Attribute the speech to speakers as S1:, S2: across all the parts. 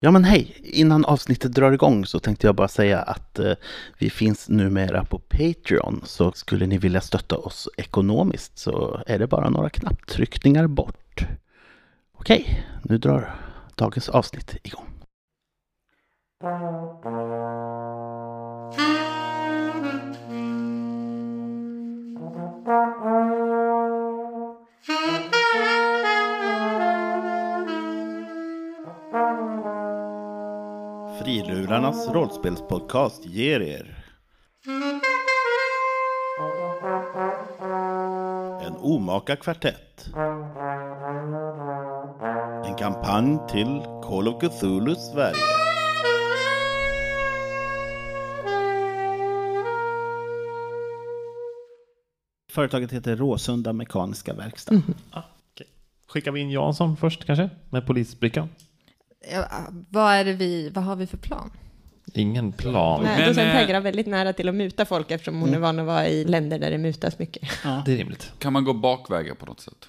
S1: Ja men hej! Innan avsnittet drar igång så tänkte jag bara säga att eh, vi finns numera på Patreon. Så skulle ni vilja stötta oss ekonomiskt så är det bara några knapptryckningar bort. Okej, nu drar dagens avsnitt igång. Frilurarnas rollspelspodcast ger er En omaka kvartett En kampanj till Call of Cthulhu Sverige Företaget heter Råsunda Mekaniska Verkstad.
S2: Skickar vi in Jansson först kanske? Med polisbrickan?
S3: Ja, ah, vad, är det vi, vad har vi för plan?
S2: Ingen plan.
S4: Nej,
S5: Men,
S4: docent
S5: eh,
S4: Hägger har väldigt nära till att muta folk eftersom
S2: Mm.
S4: hon är van att vara i länder där det mutas mycket.
S2: Det är rimligt.
S5: Kan man gå bakvägar på något sätt?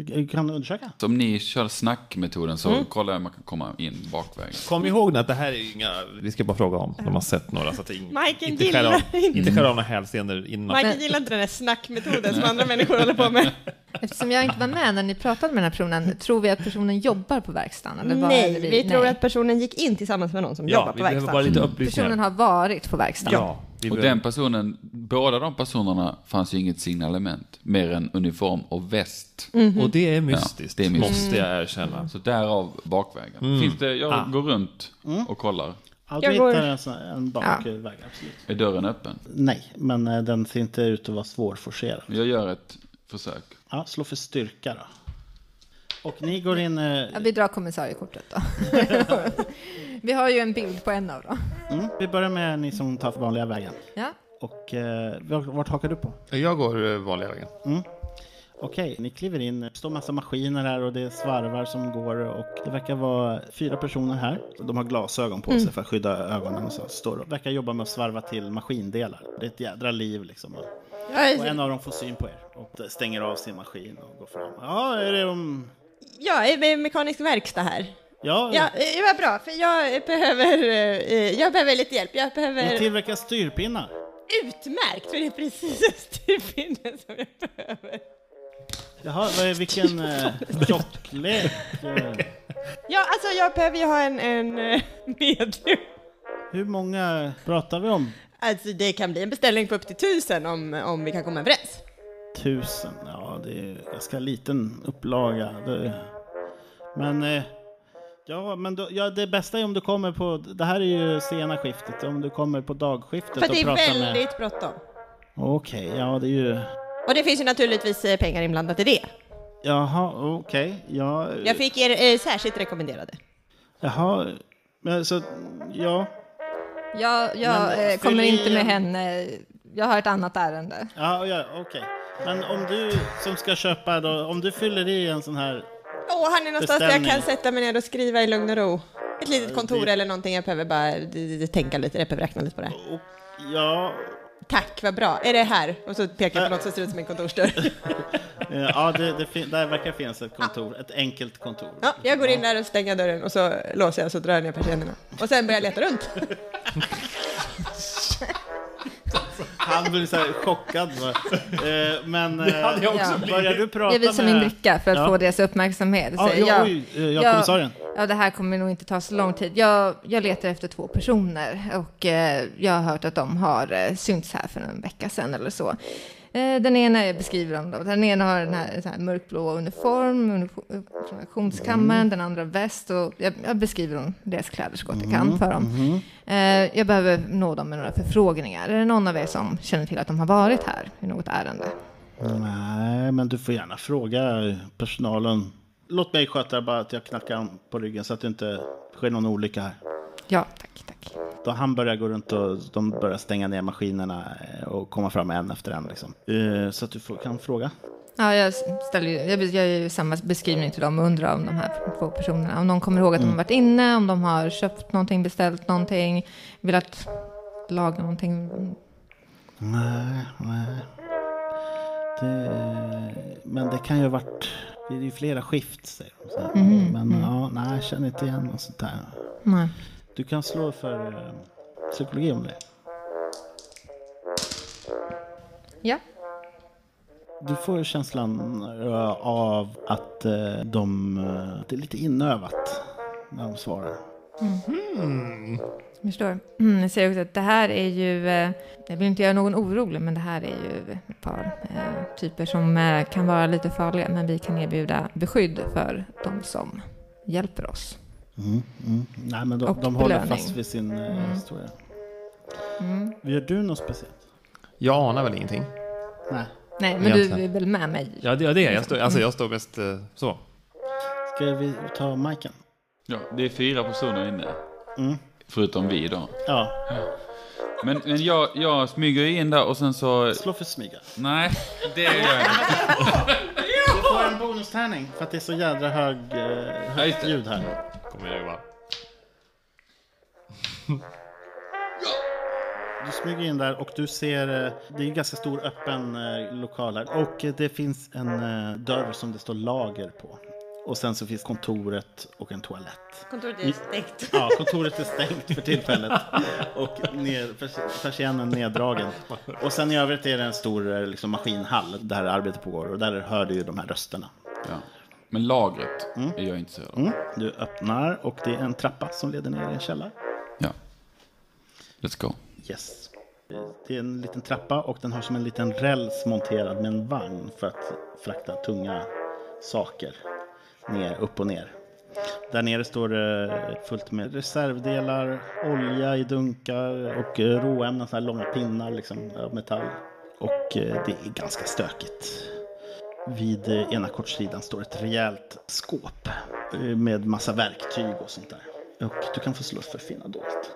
S1: Du kan undersöka.
S5: Så om ni kör snackmetoden så kolla om man kan komma in bakväg.
S2: Kom ihåg att det här är inga... Vi ska bara fråga om de har sett några. Så att det är ing-
S4: Mike
S2: inte
S4: gillar
S2: skär av-
S4: inte-
S2: Inte skär av några hälsenor innan.
S4: Mike gillar inte den där snackmetoden som andra människor håller på med.
S3: Eftersom jag inte var med när ni pratade med den här personen, tror vi att personen jobbar på verkstaden? Eller vad är
S4: Nej,
S3: det
S4: vi tror att personen gick in tillsammans med någon som jobbar
S2: Ja, vi
S4: på
S2: behöver bara
S4: verkstaden.
S2: lite upplysningar.
S3: Personen har varit på verkstaden?
S2: Ja, vi
S5: Och den
S2: behöver-
S5: personen, båda de personerna fanns ju inget signalement mer än uniform och väst.
S4: Mhm.
S2: och det är mystiskt, Mm.
S5: Ja, det är mystiskt.
S2: måste jag erkänna.
S5: Så därav bakvägen. Finns det, jag går runt och kollar.
S1: Ja,
S4: Jag
S1: du
S4: går-
S1: hittar en, sån- en bakväg, absolut.
S5: Är dörren öppen?
S1: Nej, men eh, den ser inte ut att vara svårforcerad.
S5: Jag gör ett försök.
S1: Ja, slå för styrka då. Och ni går in... eh,
S3: Ja, vi drar kommissariekortet då. vi har ju en bild på en av dem.
S1: Mm, vi börjar med ni som tar vanliga vägen.
S3: Ja.
S1: Och eh, var- vart hakar du på?
S6: Jag går eh, vanliga vägen.
S1: Okej, ni kliver in. Det står massa maskiner här och det är svarvar som går och det verkar vara fyra personer här. De har glasögon på sig
S4: Mm.
S1: för att skydda ögonen och så. Står och verkar jobba med att svarva till maskindelar. Det är ett jädra liv liksom. Och
S4: Jag,
S1: en av dem får syn på er och stänger av sin maskin och går fram. Ja, är det om...
S4: jag är med mekanisk verkstad här.
S1: Ja,
S4: Ja, eh, det var bra, för jag behöver, eh, jag behöver lite hjälp. Jag
S1: ni
S4: behöver...
S1: tillverkar styrpinnar.
S4: Utmärkt, för det är precis en styrpinne som jag behöver.
S1: Jaha, vad är, vilken eh, tjocklek? Eh,
S4: Ja, alltså jag behöver ju ha en, en eh, medium.
S1: hur många pratar vi om?
S4: Alltså det kan bli en beställning på upp till tusen om, om vi kan komma överens.
S1: Tusen, ja det är ganska liten upplaga. Det, men eh, ja, men då, ja, det bästa är om du kommer på, det här är ju sena skiftet, om du kommer på dagskiftet
S4: För att det
S1: och
S4: är
S1: pratar med...
S4: väldigt bråttom.
S1: Okej, ja det är ju...
S4: Och det finns ju naturligtvis eh, pengar inblandat i det.
S1: Jaha, okej, ja...
S4: Jag fick er eh, särskilt rekommenderade.
S1: Jaha, men så, ja.
S3: Jag,
S1: Men,
S3: jag eh,
S1: fyll
S3: kommer
S1: i
S3: inte med
S1: en-
S3: henne. Jag har ett annat ärende.
S1: Ja, ja okej. Men om du som ska köpa då, om du fyller i en sån här
S4: Åh, han är någonstans där jag
S1: Beställning.
S4: kan sätta mig ner och skriva i lugn och ro. Ett litet kontor
S1: det-
S4: eller någonting. Jag behöver bara d- d- d- tänka lite, jag behöver räkna lite på det. här.
S1: och, ja,
S4: Tack, vad bra. Är det här? Och så pekar
S1: Äh.
S4: jag på något som ser ut som en kontorsdörr.
S1: eh, ja det, det fin- där verkar finnas ett kontor, ett enkelt kontor.
S4: Ja, jag går in där och stänger dörren och så låser jag och så drar jag ner persiennerna. Och sen börjar jag leta runt.
S1: Han blir så här chockad. Va? Eh, men eh,
S3: också
S1: börjar du prata
S3: Jag visar
S1: med...
S3: min bricka för att
S1: Ja.
S3: få deras uppmärksamhet.
S1: Ja,
S3: Så
S1: ja,
S3: jag-
S1: oj, eh, ja, kommissarien.
S3: Ja, det här kommer nog inte ta så lång tid. Jag, jag letar efter två personer och eh, jag har hört att de har eh, synts här för en vecka sedan eller så. Eh, den ena, jag beskriver dem då, den ena har den här, så här mörkblå uniform, uniform från auktionskammaren, den andra väst och jag, jag beskriver dem, deras kläder så gott jag kan för dem. Eh, jag behöver nå dem med några förfrågningar. Är det någon av er som känner till att de har varit här i något ärende?
S1: Nej, men du får gärna fråga personalen. Låt mig sköta bara att jag knackar på ryggen så att det inte sker någon olycka här.
S3: Ja, tack, tack.
S1: Då han börjar gå runt och de börjar stänga ner maskinerna eh, och komma fram en efter en. Liksom. Eh, så att du får, kan fråga.
S3: Ja, jag ställer ju, jag gör ju samma beskrivning till dem och undrar om de här två personerna, om de kommer ihåg att de har varit inne, om de har köpt någonting, beställt någonting, velat laga någonting.
S1: Nej, nej. Det, men det kan ju ha varit... Det är ju flera skift, säger de. Så här. men ja, nej, jag känner inte igen och sånt där.
S3: Nej.
S1: Du kan slå för eh, psykologi om det.
S3: Ja.
S1: Du får känslan eh, av att eh, de... eh, Det är lite inövat när de svarar.
S3: Jag förstår. Mm, jag säger också att det här är ju, eh, jag vill inte göra någon orolig, men det här är ju ett par eh, typer som eh, kan vara lite farliga, men vi kan erbjuda beskydd för de som hjälper oss.
S1: Mm, mm. Nej, men de,
S3: Och
S1: de håller
S3: belöning.
S1: fast vid sin eh, historia. Gör du något speciellt?
S2: Jag anar väl ingenting.
S1: Nej.
S3: Nej, men du
S2: Egentligen.
S3: är väl med mig?
S2: Ja, det, ja, det är jag. Står,
S4: Mm.
S2: alltså, jag står mest eh, så.
S1: Ska vi ta Majken?
S5: Ja, det är fyra personer inne. Förutom vi då.
S1: Ja,
S5: Men, men jag, jag smyger ju in där och sen så...
S1: slå för smyga.
S5: Nej, det gör jag inte.
S1: Du får en bonustärning för att det är så jädra hög, eh,
S5: Ja, just
S1: högt
S5: det.
S1: ljud här.
S2: Kommer jag ju bara.
S1: Du smyger in där och du ser, eh, det är en ganska stor öppen eh, lokal här. Och eh, det finns en eh, dörr som det står lager på. Och sen så finns kontoret och en toalett.
S4: Kontoret är stängt.
S1: Ja, kontoret är stängt för tillfället. Och ner, pers- persiennen neddragen. Och sen i övrigt är det en stor eh, liksom, maskinhall där arbetet pågår. Och där hör du ju de här rösterna.
S5: Ja. Men lagret är jag intresserad av.
S1: Mm. Du öppnar och det är en trappa som leder ner i en källare.
S5: Ja. Let's go.
S1: Yes. Det är en liten trappa och den har som en liten räls monterad med en vagn för att frakta tunga saker ner, upp och ner. Där nere står det fullt med reservdelar, olja i dunkar och eh, råämnen, sådana här långa pinnar liksom, av metall. Och eh, det är ganska stökigt. Vid eh, ena kortsidan står ett rejält skåp eh, med massa verktyg och sånt där. Och du kan få slå för finna dolt.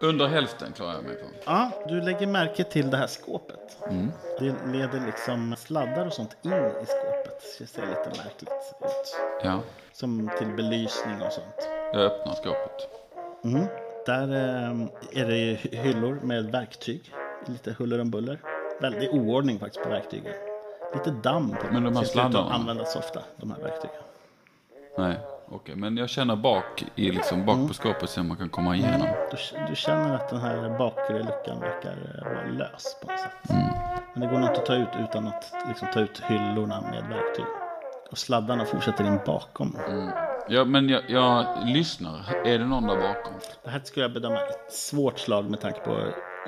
S5: Under hälften klarar jag mig på.
S1: Ja, du lägger märke till det här skåpet.
S5: Mm.
S1: Det leder liksom sladdar och sånt in i skåpet. Det ser lite märkligt ut.
S5: Ja,
S1: Som till belysning och sånt.
S5: jag öppnar skåpet.
S1: Mm. Där eh, är det ju hy- hyllor med verktyg. Lite huller om buller. Väldigt oordning faktiskt på verktygen. Lite damm på dem.
S5: Men de här
S1: Ser inte ut att
S5: sladdarna?
S1: användas ofta, de här verktygen.
S5: Nej, okej. Men jag känner bak, i, liksom, bak på skåpet så man kan komma igenom.
S1: Du, du känner att den här bakre luckan verkar eh, vara lös på något sätt. Men det går nog inte att ta ut utan att liksom, ta ut hyllorna med verktyg. Och sladdarna fortsätter in bakom.
S5: Ja, men jag, jag lyssnar. Är det någon där bakom?
S1: Det här skulle jag bedöma ett svårt slag med tanke på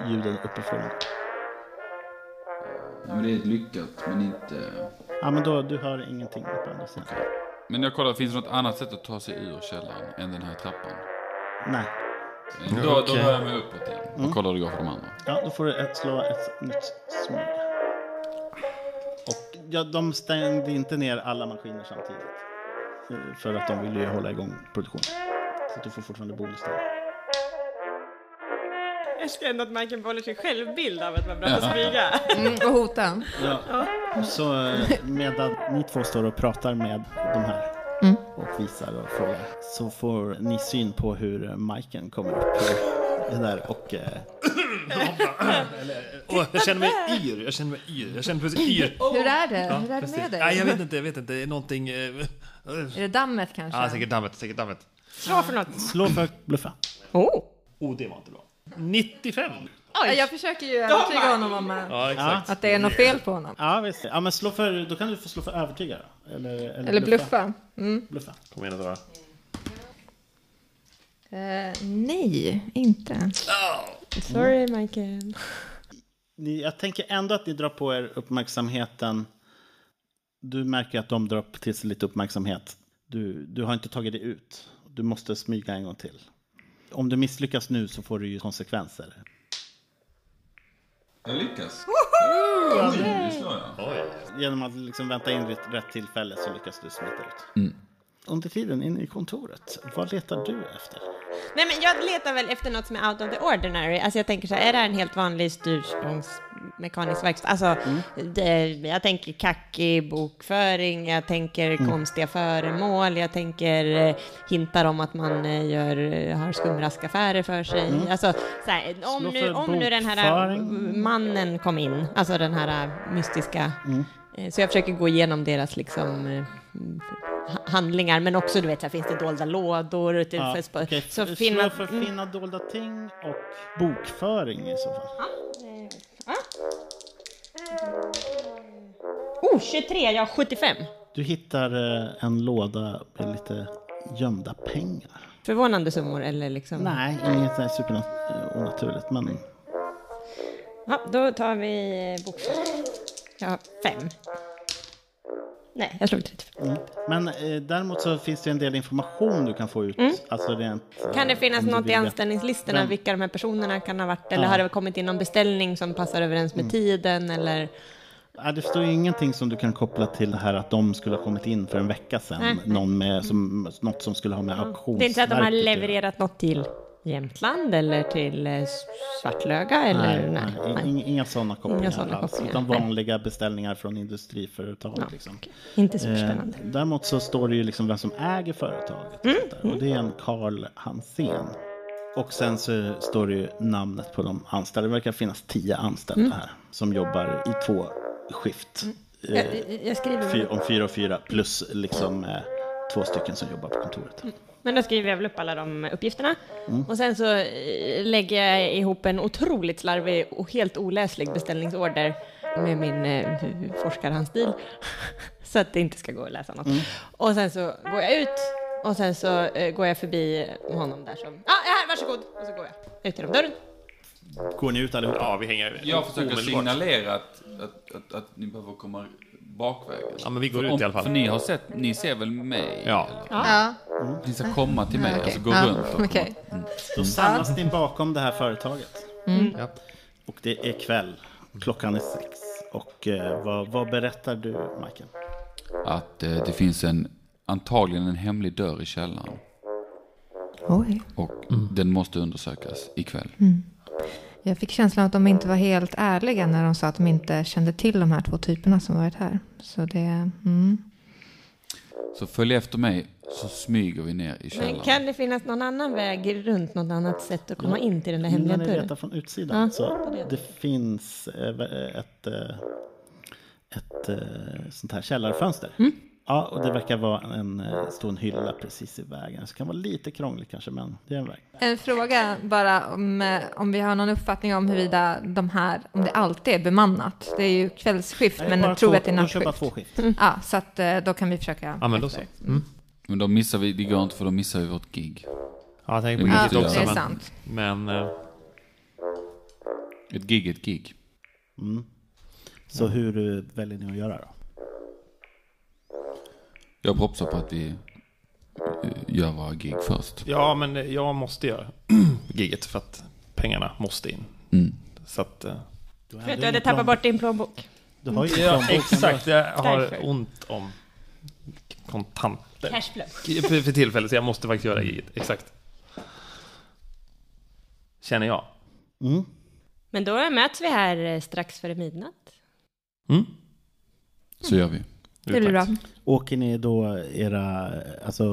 S1: ljuden uppifrån.
S5: Ja, men det är lyckat, men inte...
S1: Ja, men då, du hör ingenting på andra sidan.
S5: Men jag kollar, finns det något annat sätt att ta sig ur källaren än den här trappan?
S1: Nej.
S5: Då, då rör jag mig uppåt igen och kollar hur det går för de andra.
S1: Ja, då får du ett, slå ett nytt smyg. Och ja, de stängde inte ner alla maskiner samtidigt. Eh, För att de ville ju hålla igång produktionen. Så att du får fortfarande bonus där.
S4: Jag älskar ändå att Majken behåller sin självbild av att vara bra på att smyga.
S3: Mm, och hota.
S1: Ja. Så eh, medan ni två står och pratar med de här och visar och frågar så får ni syn på hur eh, Majken kommer upp ur det där och eh,
S2: Åh, jag känner mig yr. Jag känner mig yr. Jag känner precis yr.
S3: Hur är det? Hur är det
S2: Precis.
S3: med dig?
S2: Nej, jag vet inte. Jag vet inte. Det är någonting... eh, eh.
S3: Är det dammet kanske?
S2: Ja, säkert dammet. Säkert dammet.
S4: Slå för något.
S1: slå för att bluffa.
S4: Oh.
S2: Oh, det var inte bra. 95!
S3: Ja, jag försöker ju övertyga honom om eh,
S2: Ja, exakt.
S3: att det är något fel på honom.
S1: Ja visst, ja, men slå för, då kan du få slå för övertyga då. Eller, eller,
S3: Eller bluffa. Mm.
S1: bluffa.
S2: Kom igen Dora.
S3: Eh, nej, inte.
S4: Sorry Majken.
S1: Ni, jag tänker ändå att ni drar på er uppmärksamheten. Du märker att de drar till sig lite uppmärksamhet. Du, du har inte tagit dig ut. Du måste smyga en gång till. Om du misslyckas nu så får du ju konsekvenser.
S5: Jag lyckas. Oj, det slår jag.
S1: Genom att liksom vänta in rätt, rätt tillfälle så lyckas du smita ut. Under tiden inne i kontoret, vad letar du efter?
S4: Nej men jag letar väl efter något som är out of the ordinary. Alltså jag tänker så här, är det här en helt vanlig styrspångsmekanisk verkstad? Alltså,
S1: Mm.
S4: det, jag tänker kackig bokföring, jag tänker
S1: Mm.
S4: konstiga föremål, jag tänker eh, hintar om att man eh, gör, eh, har skumraskaffärer för sig. Alltså, så här, om,
S1: Mm. Slå
S4: nu,
S1: för
S4: om nu den här eh,
S1: bokföring.
S4: mannen kom in, alltså
S1: Mm.
S4: den här eh, mystiska, eh, så jag försöker gå igenom deras liksom eh, ha- handlingar, men också du vet, så här, finns det dolda lådor? Det
S1: Ja,
S4: finns på,
S1: okej.
S4: Så
S1: Slå
S4: finna,
S1: för finna dolda ting och bokföring i så fall.
S4: oh, 23, jag har 75.
S1: Du hittar eh, en låda med lite gömda pengar.
S4: Förvånande summor eller liksom?
S1: Nej, inget så här superonaturligt, men
S4: Ja, då tar vi eh, bokföring. Jag har fem. Nej, jag slog 35.
S1: Men eh, däremot så finns det en del information du kan få ut. Alltså rent, eh,
S4: Mm. Kan det finnas
S1: om du
S4: något i
S1: vill det.
S4: anställningslistorna,
S1: Vem-
S4: vilka de här personerna kan ha varit? Eller har det kommit in någon beställning som passar överens
S1: Mm.
S4: med tiden? Eller?
S1: Ja, det står ju ingenting som du kan koppla till det här att de skulle ha kommit in för en vecka sedan.
S4: Nej. Mm.
S1: Någon med, som, något som skulle ha med auktionsverket
S4: Det är inte så att de har
S1: att göra.
S4: levererat något till Jämtland eller till eh, Svartlöga? Eller?
S1: Nej, nej, Inga, inga sådana kopplingar
S4: Inga sådana
S1: alls.
S4: kopplingar,
S1: Utan
S4: nej.
S1: vanliga beställningar från industriföretag.
S4: Ja,
S1: liksom.
S4: okej. Inte så
S1: Eh,
S4: spännande.
S1: däremot så står det ju liksom vem som äger företaget.
S4: Mm.
S1: och sånt där. Och det är en Carl Hansén. Och sen så står det ju namnet på de anställda. Det verkar finnas tio anställda
S4: Mm.
S1: här som jobbar i två skift. Eh,
S4: Jag, jag skriver,
S1: fy, om fyra och fyra plus liksom eh, två stycken som jobbar på kontoret.
S4: men då skriver jag väl upp alla de uppgifterna.
S1: Mm.
S4: Och sen så eh, lägger jag ihop en otroligt slarvig och helt oläslig beställningsorder med min eh, forskarhandstil. så att det inte ska gå att läsa något.
S1: Mm.
S4: Och sen så går jag ut och sen så eh, går jag förbi honom där som, ja, ah, här, varsågod! Och så går jag ut genom dörren.
S1: Går ni ut allihopa?
S2: Ja, vi hänger
S5: Jag försöker
S2: omedelbart.
S5: signalera att, att, att, att ni behöver komma bakvägen.
S2: Ja, men vi går
S5: För
S2: ut i alla fall.
S5: För ni har sett, ni ser väl mig?
S2: Ja.
S3: Ja,
S5: Ni ska komma till mig,
S3: okej.
S5: alltså gå
S3: Ja,
S5: runt och komma.
S3: okej.
S1: Då samlas ni bakom det här företaget.
S3: Mm.
S1: Mm. Och det är kväll. Klockan är sex. Och eh, vad, vad berättar du, Michael?
S5: Att eh, det finns en, antagligen en hemlig dörr i källaren.
S3: Oj.
S5: Och
S2: Mm.
S5: den måste undersökas ikväll.
S3: Jag fick känslan att de inte var helt ärliga när de sa att de inte kände till de här två typerna som varit här. Så det, mm.
S5: Så följ efter mig så smyger vi ner i
S4: Men
S5: källaren.
S4: kan det finnas någon annan väg runt, något annat sätt att komma in till den där hemliga
S1: Innan ni
S4: dörren?
S1: letar från utsidan så det finns eh, ett, eh, ett eh, sånt här källarfönster.
S3: Mm.
S1: Ja, och det verkar vara en, eh, stå en hylla precis i vägen. Så det kan vara lite krångligt kanske, men det är en väg.
S3: En fråga bara om, eh, om vi har någon uppfattning om huruvida de här, om det alltid är bemannat. Det är ju kvällsskift
S1: Nej,
S3: men
S1: bara
S3: jag tror
S1: två-
S3: att det är
S1: de kör bara
S3: nattskift.
S1: två skift.
S3: Ja, så att eh, då kan vi försöka.
S2: Ja, men då så. Mm.
S5: Men då missar vi, det går inte för då missar vi vårt gig.
S2: Ja, jag tänker på
S5: Det
S3: Ja,
S5: måste
S2: giget
S5: jag
S2: också.
S3: det är
S5: göra.
S2: men-
S3: sant.
S2: Men eh,
S5: Ett gig, är ett gig.
S1: Så hur eh, väljer ni att göra då?
S5: Jag propsar på att vi eh, gör våra gig först.
S2: ja, men eh, jag måste göra giget för att pengarna måste in. Så att... eh,
S4: För att du hade tappat bort din plånbok.
S1: Du har ju
S2: Ja,
S1: plånboken.
S2: exakt. Jag har
S4: Därför.
S2: ont om kontanter.
S4: Cashflow.
S2: För, för tillfället, så jag måste faktiskt göra giget. Exakt. Känner jag.
S1: Mm.
S4: Men då möts vi här eh, strax före midnatt.
S2: Mm.
S5: Så gör vi.
S3: Det blir bra.
S1: Åker ni då era, alltså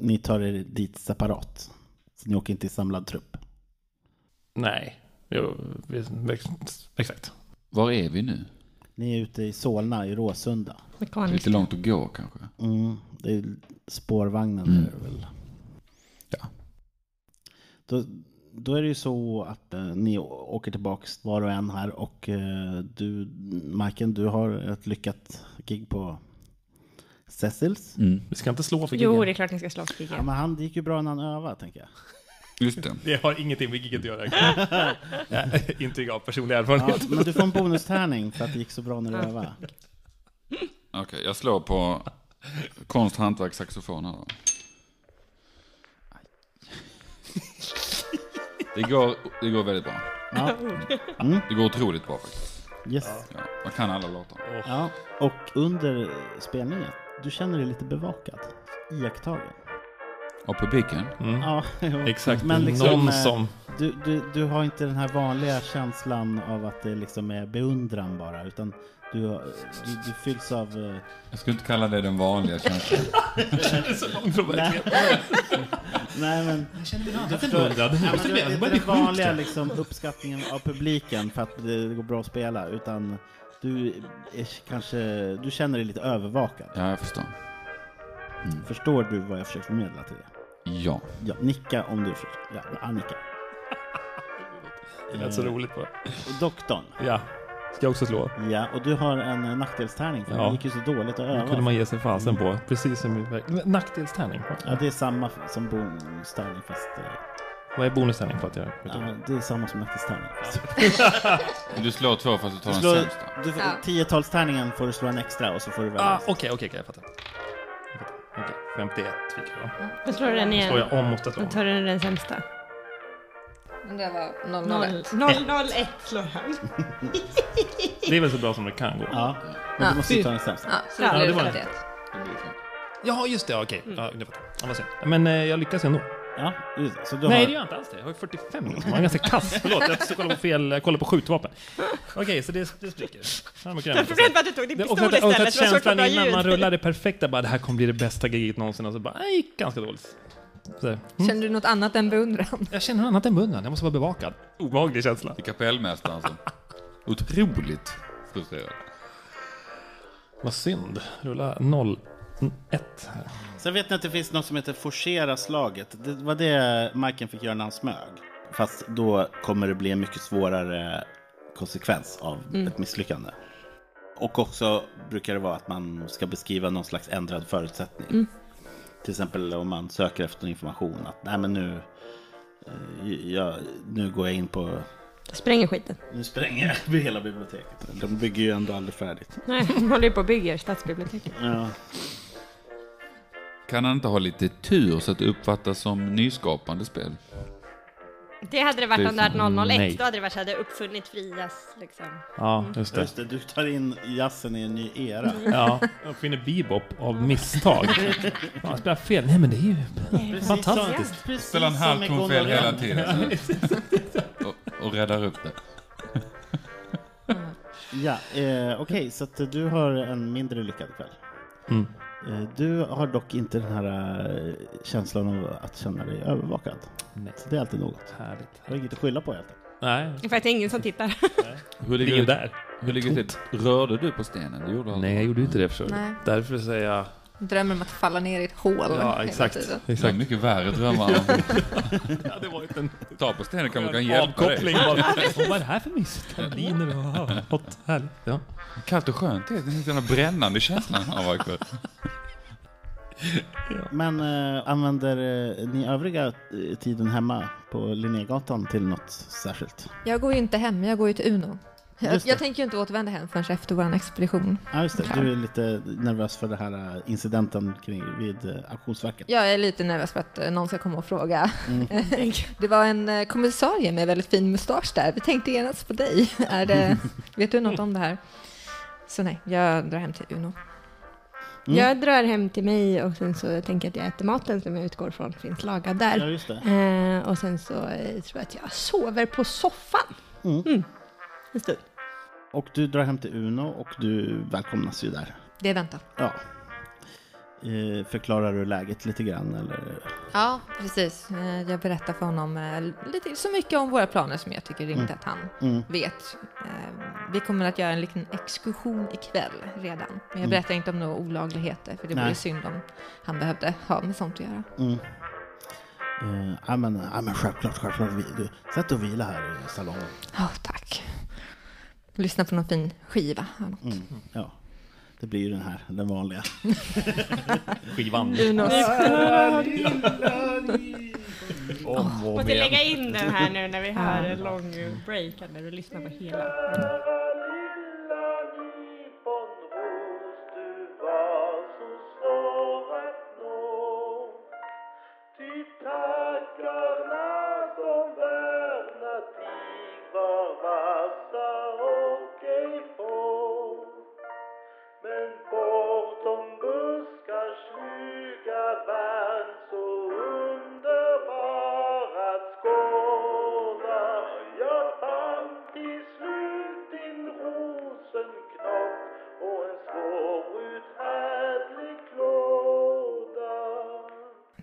S1: ni tar er dit separat? Så ni åker inte i samlad trupp?
S2: Nej. Jo, vi- ex- exakt.
S5: Var är vi nu?
S1: Ni är ute i Solna, i Råsunda.
S5: Lite långt att gå kanske.
S1: Mm, det är spårvagnen
S5: Mm.
S1: är det väl?
S5: Ja.
S1: Då, då är det ju så att eh, ni å- åker tillbaks var och en här och eh, du, Marken, du har ett lyckat gig på Cecils.
S5: Mm.
S2: Vi ska inte slå för giget.
S4: Jo, det är klart ni ska slåss krig.
S1: Ja, men han, det gick ju bra när han övade, tänker jag.
S5: Just det.
S2: Det har ingenting med giget att göra. Ja, Intyg av personlig erfarenhet.
S1: Ja, men du får en bonustärning för att det gick så bra när du övade.
S5: Okej, jag slår på konst, hantverk, saxofon här då. Det går, det går väldigt bra.
S1: Ja. Mm,
S5: Det går otroligt bra faktiskt.
S1: Yes.
S5: Ja, man kan alla låtar.
S1: Ja, och under spelningen, du känner dig lite bevakad, iakttagen.
S5: Och publiken?
S1: Ja, jo.
S2: Mm. Exakt.
S1: Men liksom,
S2: Någon
S1: eh,
S2: som...
S1: Du, du, du har inte den här vanliga känslan av att det liksom är beundran bara, utan du, har- du, du fylls av... eh,
S5: Jag skulle inte kalla det den vanliga känslan.
S1: Nej men... Jag känner mig du förstår, beundrad. Ja, men, du, det är inte den vanliga liksom, uppskattningen av publiken för att det går bra att spela, utan du är kanske... Du känner dig lite övervakad.
S5: Ja, jag förstår.
S1: Förstår du vad jag försöker förmedla till dig?
S5: Ja.
S1: Ja, nicka om du förstår. Ja, Annika.
S2: Det lät så roligt bara.
S1: Och doktorn.
S2: Ja, ska jag också slå.
S1: Ja, och du har en eh, nackdelstärning för
S2: Ja.
S1: det gick ju så dåligt att
S2: Det
S1: öva.
S2: kunde man ge sig fasen på. Precis som i verk- Nackdelstärning.
S1: Ja, det är samma f- som bonustärning fast... eh,
S2: Vad är bonustärning för att Ah, jag
S1: Ja, det är samma som nackdelstärning.
S5: Du slår två fast du tar
S1: Du
S5: den
S1: slår,
S5: sämsta.
S1: du, får-
S3: Ja.
S1: tiotalstärningen får du slå en extra och så får du välja.
S2: Ah, okej, okej, okej, jag fattar. Jag fattar. Okej, 51 fick jag. va?
S6: Då slår du den igen.
S2: Slår jag om måste jag slå
S6: Då
S2: om.
S6: tar du den sämsta.
S3: Men det var 001.
S6: 001 slår han.
S2: Det är väl så bra som det kan gå.
S1: Ja, men du
S3: Ja.
S1: måste ju ta den sämsta.
S3: Ja, så
S6: Ja,
S3: det
S2: det
S3: blir
S2: var
S3: det
S2: det. Ja, just det, ja, okej.
S1: Mm.
S2: Ja, nu fattar jag. Ja, vad synd. Men eh, jag lyckas ändå.
S1: Ja, just det. så du
S2: Nej,
S1: har...
S2: det gör jag inte alls det. Jag har ju 45 nu. Jag är ganska kass. Förlåt, jag försöker kolla på fel, eh, kolla på skjutvapen. Okej, så det, det spricker. Ja, men kräm,
S6: Problemet var att du tog din
S2: Det, och
S6: pistol
S2: att, och att
S6: istället. Det var så
S2: känslan
S6: bra
S2: innan man
S6: ljud.
S2: rullar det perfekta, bara det här kommer bli det bästa giget någonsin, och så bara, nej, ganska dåligt. Så, mm.
S3: Känner du något annat än beundran?
S2: Jag känner något annat än munnen, jag måste vara bevakad. Obehaglig känsla.
S5: Det är kapellmästaren som... Otroligt frustrerad.
S2: Vad synd. Rulla 0, 1 här.
S1: Sen vet ni att det finns något som heter forcera slaget. Det var det Majken fick göra när han smög. Fast då kommer det bli en mycket svårare konsekvens av ett misslyckande. Och också brukar det vara att man ska beskriva någon slags ändrad förutsättning. Till exempel om man söker efter information. Att nej men nu, eh, jag, nu går jag in på,
S6: Spränger skiten.
S1: nu spränger jag hela biblioteket. De bygger ju ändå aldrig färdigt.
S6: Nej, de håller ju på och bygger stadsbiblioteket.
S1: Ja.
S5: Kan han inte ha lite tur så att det uppfattas som nyskapande spel?
S6: Det hade det varit om det hade
S5: Tusen
S6: varit 001.
S2: Mm, nej.
S6: Då hade det varit så här, det uppfunnit frias liksom.
S2: Ja, just det.
S1: Just det, du tar in jazzen i en ny era.
S2: Ja, uppfinner bebop av misstag. Ja, jag spelar fel. Nej, men det är ju...
S1: Precis som-
S2: Fantastiskt.
S1: precis
S5: Spelar en halv
S1: som
S5: ton fel
S1: Egon
S5: hela
S1: Lorenz.
S5: tiden. och, och räddar upp det.
S1: Ja, eh, okej, så att du har en mindre lyckad kväll.
S2: Mm.
S1: Eh, du har dock inte den här eh, känslan av att känna dig övervakad.
S2: Nej.
S1: Så det är alltid något.
S2: Härligt.
S1: Du har inget att skylla på helt enkelt.
S2: Nej,
S6: För att det är ingen som tittar.
S5: Hur
S2: det är ju där.
S5: Hur ligger det till? Rörde du på stenen? Du gjorde aldrig.
S2: Nej, jag gjorde ju inte det förstår du.
S3: Nej.
S2: Därför säger jag...
S3: Drömmer om att falla ner i ett hål
S2: Ja,
S3: hela
S2: exakt.
S3: tiden.
S5: Det var
S2: exakt.
S5: mycket värre drömmar.
S2: Ja, det var ju en
S5: Ta på stenen kanske kan hjälpa
S2: avkoppling.
S5: dig.
S2: Bara, Vad var det här för mysigt? Karoliner och hot. Härligt. Ja.
S5: Kallt och skönt. Det är den här brännande känslan han var ikväll.
S1: Men eh, använder eh, ni övriga eh, tiden hemma på Linnégatan till något särskilt?
S3: Jag går ju inte hem, jag går ju till Uno. Jag,
S1: Just det.
S3: jag tänker ju inte återvända hem förrän efter vår expedition.
S1: Ja, just det. Du är lite nervös för den här eh, incidenten kring, vid eh, auktionsverket.
S3: Jag är lite nervös för att eh, någon ska komma och fråga. det var en eh, kommissarie med väldigt fin mustasch där. Vi tänkte genast på dig. är det, vet du något om det här? Så nej, jag drar hem till Uno.
S1: Mm.
S2: Mm.
S6: Jag drar hem till mig och sen så tänker jag att jag äter maten som jag utgår från finns lagad där.
S1: Ja, just det.
S6: Eh, och sen så eh, tror jag att jag sover på soffan. Mm. En stund.
S1: Och du drar hem till Uno och du välkomnas ju där.
S3: Det väntar.
S1: Ja. Eh, förklarar du läget lite grann eller?
S3: Ja, precis. Eh, Jag berättar för honom eh, lite, så mycket om våra planer som jag tycker rimligt att han
S1: Mm.
S3: vet. Eh, Vi kommer att göra en liten exkursion ikväll redan. Men jag berättar inte om några olagligheter, för det
S1: Nej.
S3: vore synd om han behövde ha med sånt att göra.
S1: Eh, Ja men, ja, men självklart, självklart. Vi- du, Sätt dig och vila här i salongen.
S3: Ja, tack. Lyssna på någon fin skiva. eller något.
S1: Ja. Det blir ju den här, den vanliga.
S2: Skivan. Om och
S6: Måste
S2: med.
S6: lägga in den här nu när vi har en lång break, här, när du lyssnar på hela.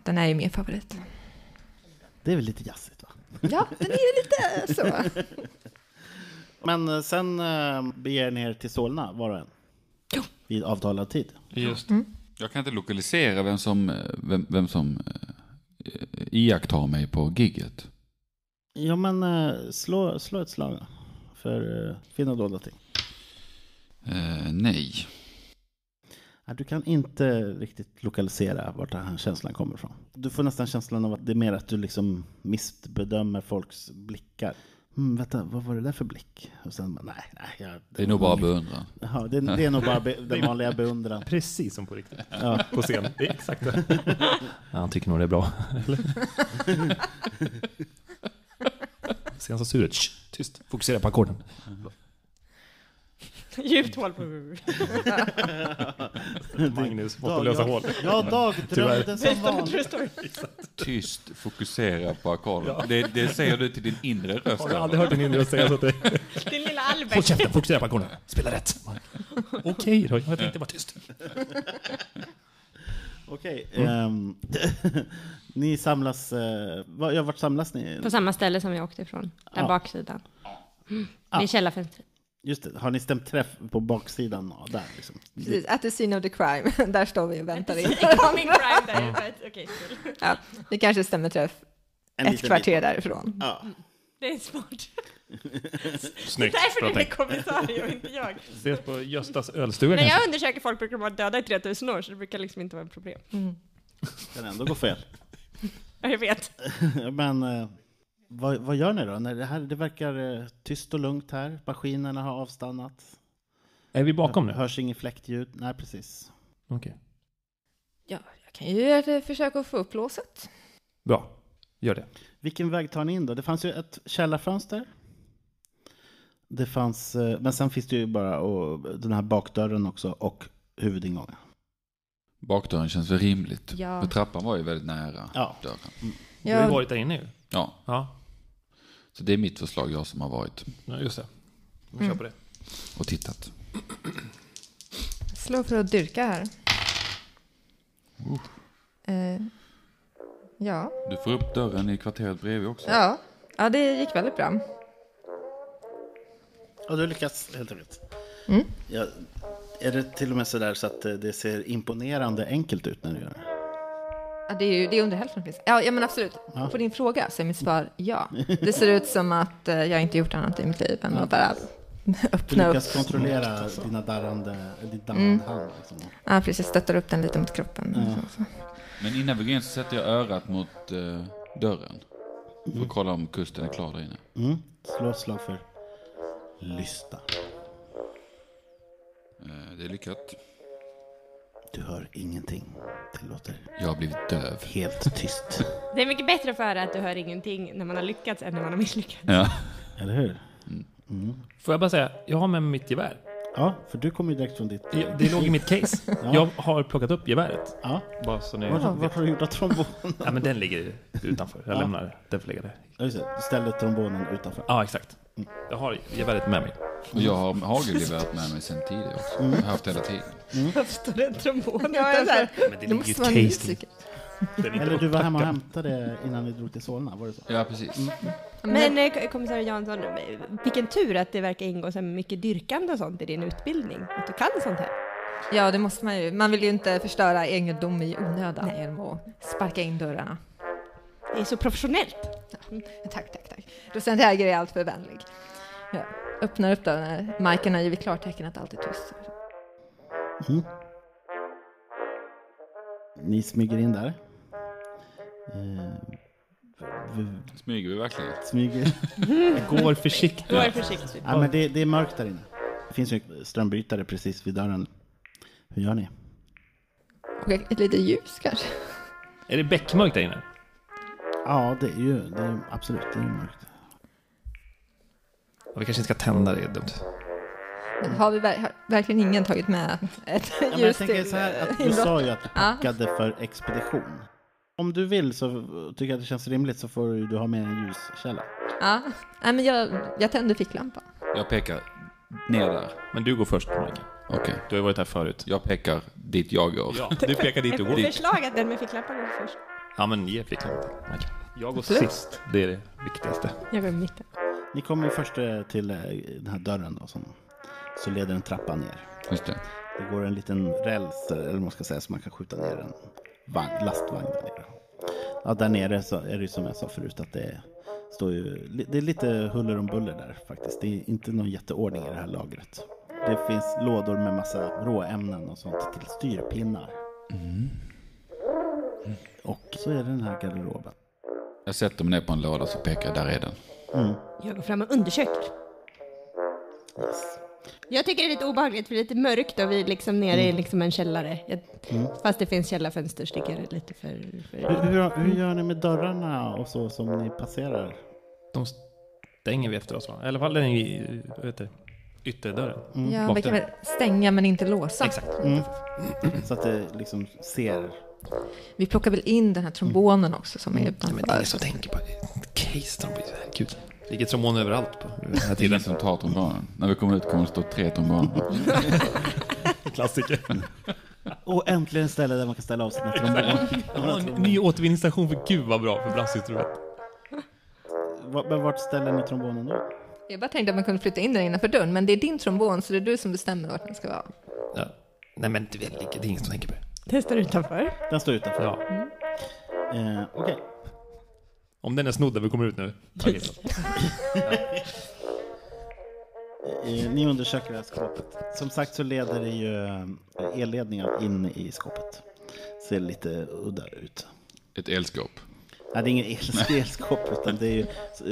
S3: Den är ju min favorit.
S1: Det är väl lite jazzigt va?
S3: Ja, den är lite så.
S1: Men eh, sen eh, beger ni er till Solna var och en. Vid avtalad tid.
S2: Just
S5: Jag kan inte lokalisera vem som, eh, vem, vem som eh, iakttar mig på gigget.
S1: Ja, men eh, slå, slå ett slag då. för eh, finna dolda ting.
S5: Eh, nej.
S1: Ja, Du kan inte riktigt lokalisera vart den här känslan kommer ifrån. Du får nästan känslan av att det är mer att du liksom missbedömer folks blickar. Mm, vänta, vad var det där för blick? Och sen, bara, nej, nej. Jag,
S5: Det är nog bara beundran.
S1: Ja, det, det är nog bara be, den vanliga beundran.
S2: Precis som på riktigt. På scen. Det är exakt det.
S7: Ja, han tycker nog det är bra.
S2: Sen så suret. Shh, tyst. Fokusera på ackorden.
S6: Djupt hål på huvudet.
S2: Magnus måste lösa
S1: jag,
S2: hål.
S1: jag dagdrömde
S2: Tyvärr.
S1: som vanligt.
S5: Tyst, fokusera på ackorden. Det, det säger du till din inre röst.
S2: Har du aldrig hört en inre säga så till dig?
S6: Din lilla
S2: Håll
S6: Albert.
S2: käften, fokusera på ackorden. Spela rätt. Okej då, jag tänkte vara tyst.
S1: Okej. ehm, ni samlas, eh, var, ja, vart samlas ni?
S4: På samma ställe som jag åkte ifrån, där
S1: Ja.
S4: baksidan. Mm. Vid källarfönstret.
S1: Just det, har ni stämt träff på baksidan? Ja, där liksom.
S3: Precis, at the scene of the crime. Där står vi och väntar in.
S6: Coming right there. but okay, cool.
S3: Ja, det kanske stämmer träff
S1: En
S3: ett
S1: liten
S3: kvarter därifrån.
S1: Ja.
S6: Det är smart.
S2: Snyggt.
S6: Därför
S2: bra
S6: är det
S2: tänkt.
S6: kommissarie och inte jag.
S2: Ses på Göstas ölstuga
S6: När
S2: kanske.
S6: jag undersöker folk brukar de vara döda i 3000 år, så det brukar liksom inte vara ett problem.
S1: Kan ändå gå fel.
S6: Ja, jag vet.
S1: Men eh, vad, vad gör ni då? När det, här, det verkar eh, tyst och lugnt här. Maskinerna har avstannat.
S2: Är vi bakom nu?
S1: Hörs inget fläktljud? Nej, precis.
S2: Okej.
S3: Ja, jag kan ju göra ett försök att få upp låset.
S2: Bra. Gör det.
S1: Vilken väg tar ni in då? Det fanns ju ett källarfönster. Det fanns, eh, men sen finns det ju bara och, den här bakdörren också och huvudingången.
S5: Bakdörren känns väl rimligt.
S3: Ja.
S5: För trappan var ju väldigt nära
S1: Ja.
S5: dörren.
S2: Du har ju
S3: Jag,
S2: varit där inne ju.
S5: Ja,
S2: Ja,
S5: så det är mitt förslag, jag som har varit
S2: ja, just det. Vi
S1: Mm.
S2: kör på det.
S5: och tittat.
S3: slår för att dyrka här. Eh, ja.
S5: Du får upp dörren i kvarteret bredvid också.
S3: ja, ja, det gick väldigt bra.
S1: Ja, du lyckas helt enkelt. Ja, är det till och med så där så att eh, det ser imponerande enkelt ut när du gör det?
S3: Ja, det är ju det är under hälften. finns. Ja, ja, men absolut. På din fråga så är mitt svar ja. Det ser ut som att eh, jag inte gjort annat i mitt liv än att bara
S1: Du
S3: öppna upp.
S1: lyckas kontrollera dina darrande, din darrande hand. Liksom.
S3: Ja, precis. Stöttar upp den lite mot kroppen.
S5: Men innan vi går in så sätter jag örat mot eh, dörren. För att kolla om kusten är klar där inne.
S1: Mm. Slå ett slag för lyssna.
S5: Eh, det är lyckat.
S1: Du hör ingenting. Det låter
S5: Jag har blivit döv.
S1: helt tyst.
S4: Det är mycket bättre att få höra att du hör ingenting när man har lyckats än när man har misslyckats.
S5: Ja.
S1: Eller hur?
S2: Får jag bara säga, jag har med mig mitt gevär.
S1: Ja, för du kommer ju direkt från ditt...
S2: Det, det låg i mitt case. Jag har plockat upp geväret.
S1: Ja.
S2: Bara så ni...
S1: Vart, vart har du gjort av trombonen?
S2: Ja, men den ligger utanför. Jag lämnar den får ligga där.
S1: Ja, just det. Du ställde trombonen utanför.
S2: Ja, exakt. Jag har geväret med mig.
S5: Och jag har hagelgeväret med mig sen tidigare också. Jag har haft hela tiden.
S6: Står en trombon
S3: Jag är så här,
S2: Men det
S3: det
S2: ligger ju
S3: måste vara
S2: case.
S3: en musiker.
S1: Eller du var hemma och hämtade innan vi drog till Solna, var det så?
S5: Ja, precis.
S6: Men eh, kommissarie Jansson, eh, vilken tur att det verkar ingå så här mycket dyrkande och sånt i din utbildning. Att du kan sånt här.
S3: Ja, det måste man ju. Man vill ju inte förstöra egendom i onödan genom att sparka in dörrarna.
S6: Det är så professionellt.
S3: Tack, tack, tack. Docent Häger är alltför vänlig. Ja. Öppnar upp dörren. Majken har givit klartecken att allt är tyst.
S1: Ni smyger in där. Eh, vi
S5: Smyger vi verkligen?
S1: smyger...
S2: Går försiktigt.
S6: Var försiktig.
S1: Ja, men det, det är mörkt där inne. Det finns ju en strömbrytare precis vid dörren. Hur gör ni?
S3: Och ett litet ljus kanske.
S2: Är det bäckmörkt där inne?
S1: Ja, det är ju det är, ju- absolut det är ju mörkt.
S2: Ja, vi kanske inte ska tända det, det är dumt.
S3: Men har vi ver- har verkligen ingen tagit med ett
S1: Ja, men jag
S3: ljus
S1: tänker
S3: till? eh,
S1: så här att du
S3: inbrott?
S1: sa ju att du packade för expedition. Om du vill så tycker jag att det känns rimligt så får du, du ha med en ljuskälla.
S3: Ja. Nej, men jag, jag tänder ficklampan.
S5: Jag pekar ner där.
S2: Men du går först, Mike.
S5: Okej.
S2: Du har ju varit här förut.
S5: Jag pekar dit jag går.
S2: Du pekar dit du
S6: Ett förslag att den med ficklappar går först.
S2: Ja, men ge fickan Mike. Jag går sist. Det är det viktigaste.
S4: Jag går i mitten.
S1: Ni kommer ju först eh, till eh, den här dörren då som så leder en trappa ner.
S5: Just det.
S1: Det går en liten räls, eller vad man ska säga, så man kan skjuta ner en vagn, lastvagn där nere. Ja, där nere så är det ju som jag sa förut att det står ju, det är lite huller om buller där faktiskt. Det är inte någon jätteordning i det här lagret. Det finns lådor med massa råämnen och sånt till styrpinnar. Mm. Och så är det den här garderoben.
S5: Jag sätter mig ner på en låda så pekar jag, där är den.
S4: Jag går fram och undersöker. Jag tycker det är lite obehagligt för det är lite mörkt och vi är liksom nere
S2: Mm.
S4: i liksom en källare. Jag, Fast det finns källarfönster så tycker jag det är lite för... för...
S1: Hur, hur, hur gör ni med dörrarna och så som ni passerar?
S2: De stänger vi efter oss va? I alla fall den i vet du, ytterdörren.
S7: Mm.
S3: Ja,
S1: Mm.
S2: Bak
S3: vi kan
S2: där.
S3: väl stänga men inte låsa.
S2: Exakt.
S1: Så att det liksom ser...
S3: Vi plockar väl in den här trombonen
S1: Mm.
S3: också som är utanför.
S7: Men det är så jag tänker på. Case trombon, herregud. Det ligger trombon överallt på den här
S5: Det är ingen
S7: tiden.
S5: som tar trombonen. När vi kommer ut kommer det stå tre tromboner.
S2: Klassiker.
S1: Och äntligen ett ställe där man kan ställa av sina tromboner.
S2: Ja, en ny återvinningsstation för gud vad bra för blastinstrument.
S1: Va- Men vart ställer ni trombonen då?
S3: Jag bara tänkte att man kunde flytta in den innanför dörren, men det är din trombon så det är du som bestämmer vart den ska vara.
S7: Ja. Nej men det är väl- det är ingen som tänker på det.
S4: Testar utanför.
S1: Den står utanför.
S2: Ja.
S1: Eh, Okej.
S2: Om den är snodd när vi kommer ut nu. Okej.
S1: Eh, Ni undersöker det här skåpet. Som sagt så leder det ju eh, elledningar in i skåpet. Ser lite udda ut.
S5: Ett elskåp.
S1: Nej, det är ingen el- elskåp utan det är, ju,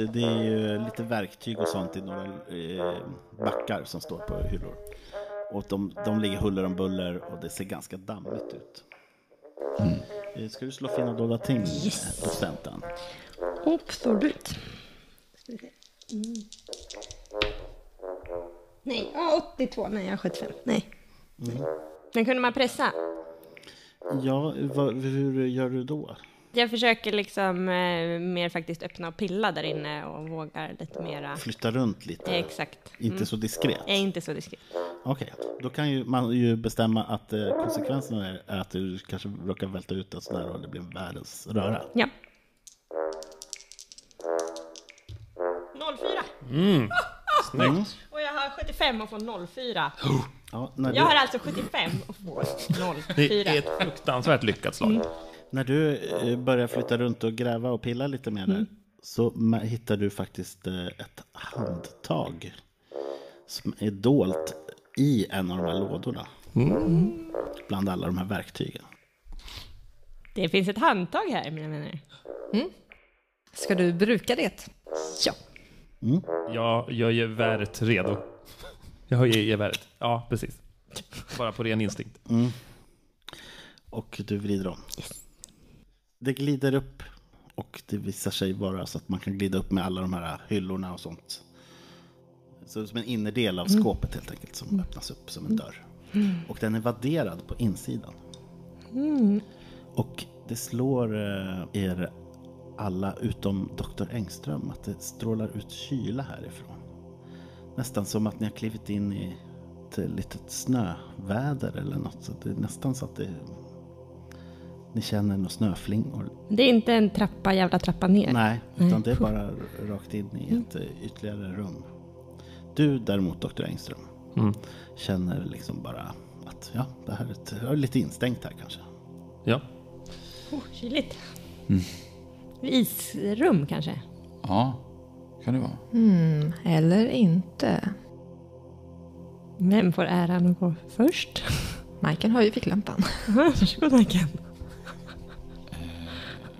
S1: det är ju lite verktyg och sånt i några eh, backar som står på hyllor. Och de, de ligger huller om buller och det ser ganska dammigt ut. Eh, Ska du slå finna dolda ting yes. procenten?
S4: Absolut. Nej, ja, 82. Nej, jag har 75. Nej. Men kunde man pressa?
S1: Ja, vad, hur gör du då?
S4: Jag försöker liksom eh, mer faktiskt öppna och pilla där inne och vågar lite mera.
S1: Flytta runt lite?
S4: Exakt. Mm.
S1: Inte så diskret?
S4: Jag är inte så diskret.
S1: Okej, då kan ju man ju bestämma att eh, konsekvensen är är att du kanske råkar välta ut en sån här och det blir världens röra.
S4: Ja. 04.
S1: Mm.
S4: Och jag har 75 och får 04.
S1: Ja, när,
S4: Jag har
S1: du,
S4: alltså 75 och får
S2: Det
S4: 04.
S2: är ett fruktansvärt lyckat slag.
S7: Mm.
S1: när du eh, börjar flytta runt och gräva och pilla lite mer
S4: Mm.
S1: där så ma- hittar du faktiskt eh, ett handtag som är dolt i en av de här lådorna. Bland alla de här verktygen.
S4: Det finns ett handtag här, mina vänner.
S3: Ska du bruka det?
S4: Ja.
S2: Jag gör geväret redo. Jag höjer geväret. Ja, precis. Bara på ren instinkt.
S7: Mm.
S1: Och du vrider om. Det glider upp och det visar sig vara så att man kan glida upp med alla de här hyllorna och sånt. Så som en innerdel av skåpet helt enkelt som öppnas upp som en dörr. Och den är vadderad på insidan. Och det slår eh, er alla utom Dr. Engström att det strålar ut kyla härifrån. Nästan som att ni har klivit in i ett litet snöväder eller något. Så det är nästan så att det, ni känner några snöflingor.
S4: Det är inte en trappa, jävla trappa ner.
S1: Nej, utan det är bara rakt in i ett eh, ytterligare rum. Du däremot, Dr. Engström, känner liksom bara att ja, det här är, ett, jag är lite instängt här kanske.
S2: Ja.
S4: Oh, kyligt.
S1: Mm.
S4: Isrum kanske?
S5: Ja, kan det vara.
S3: Eller inte.
S4: Vem får äran att gå först?
S3: Majken har ju ficklampan.
S4: Varsågod Ankan.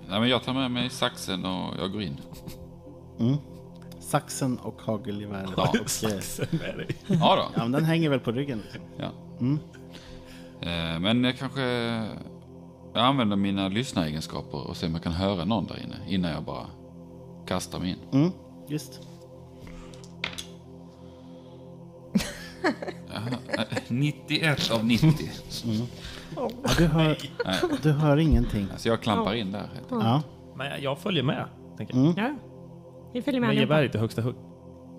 S5: Nej, men jag tar med mig saxen och jag går in.
S1: Saxen och hagelgeväret.
S5: Ja,
S1: och, eh,
S5: Ja
S1: ja,
S5: då.
S1: men den hänger väl på ryggen. Liksom.
S5: Ja. Eh, Men jag kanske... Jag använder mina lyssnaregenskaper och ser om jag kan höra någon där inne innan jag bara kastar mig in.
S1: Mm, visst.
S5: Eh, 91 av 90.
S1: Ja, du, hör, du hör ingenting.
S5: Så jag klampar in där. helt enkelt.
S1: Ja.
S2: Men jag följer med. Tänker jag.
S4: Ja. Vi följer med
S2: Med
S4: allihopa.
S2: geväret i högsta hugg.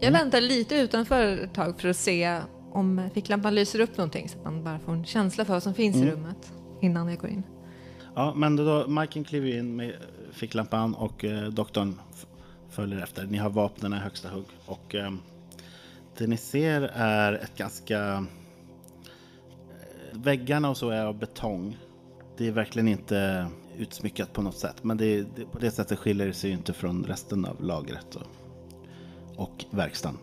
S3: Jag
S1: Mm.
S3: väntar lite utanför ett tag för att se om ficklampan lyser upp någonting så att man bara får en känsla för vad som finns
S1: Mm.
S3: i rummet innan jag går in.
S1: Ja, men då, Majken kliver ju in med ficklampan och eh, doktorn f- följer efter. Ni har vapnen i högsta hugg. Och eh, det ni ser är ett ganska eh, Väggarna och så är av betong. Det är verkligen inte utsmyckat på något sätt. Men det, det, på det sättet skiljer det sig ju inte från resten av lagret och, och verkstaden.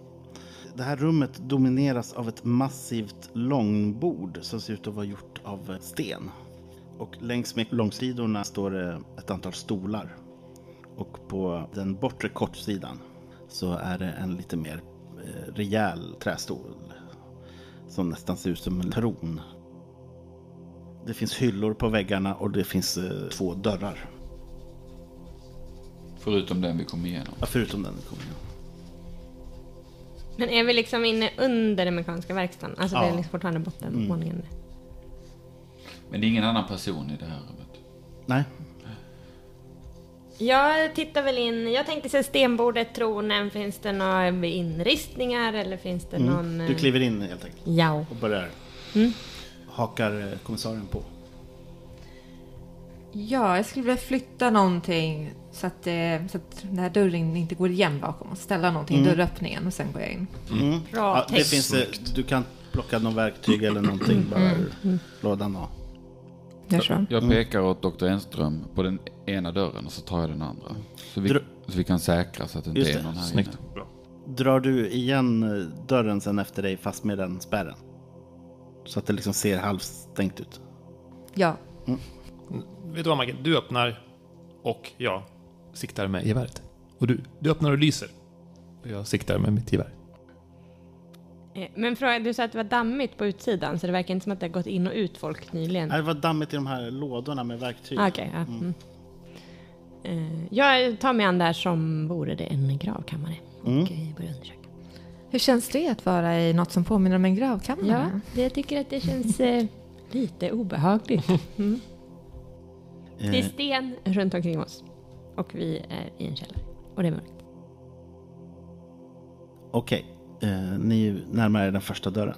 S1: Det här rummet domineras av ett massivt långbord som ser ut att vara gjort av sten. Och längs med långsidorna står det ett antal stolar. Och på den bortre kortsidan så är det en lite mer eh, rejäl trästol som nästan ser ut som en tron. Det finns hyllor på väggarna och det finns eh, två dörrar.
S5: Förutom den vi kom igenom.
S1: Ja, förutom den vi kom igenom.
S4: Men är vi liksom inne under den mekaniska verkstaden? Alltså det
S1: Ja. Mm.
S4: är liksom fortfarande bottenvåningen.
S5: Men det är ingen annan person i det här rummet.
S1: Nej,
S4: Jag tittar väl in. Jag tänkte se stenbordet, tronen. Finns det några inristningar eller finns det någon...
S1: Mm.
S4: eh,
S1: du kliver in helt enkelt
S4: Ja.
S1: och börjar. Hakar eh, kommissarien på.
S3: Ja, jag skulle vilja flytta någonting så att, eh, så att den här dörren inte går igen bakom oss. Ställa någonting i
S1: Mm.
S3: dörröppningen och sen går jag in.
S4: Bra
S1: Ja, det
S4: text.
S1: finns, eh, du kan plocka någon verktyg eller någonting bara ur lådan. Och.
S3: Gör så.
S5: Jag pekar åt Dr. Enström på den ena dörren och så tar jag den andra. Så vi,
S1: Dr-
S5: så vi kan säkra så att det inte
S1: Just
S5: är
S1: det,
S5: någon här
S7: snyggt.
S5: inne.
S1: Drar du igen eh, dörren sen efter dig fast med den spärren? Så att det liksom ser halvstängt ut.
S3: Ja,
S7: Vet du vad Maggie? Du öppnar och jag siktar med geväret. Och du, du öppnar och lyser. Och jag siktar med mitt gevär.
S4: Eh, Men fråga, du sa att det var dammigt på utsidan så det verkar inte som att det har gått in och ut folk nyligen.
S1: Nej, Det var dammigt i de här lådorna med verktyg.
S4: Ah, Okej, ja. Mm. Eh, Jag tar mig an där som vore det en gravkammare.
S1: Mm.
S4: Och eh, börjar undersöka.
S3: Hur känns det att vara i något som påminner om en
S4: Ja,
S3: gravkammare?
S4: jag tycker att det känns eh, lite obehagligt. Det är
S1: Eh,
S4: sten runt omkring oss. Och vi är i en källare. Och det är mörkt.
S1: Okej, eh, ni närmar er den första dörren.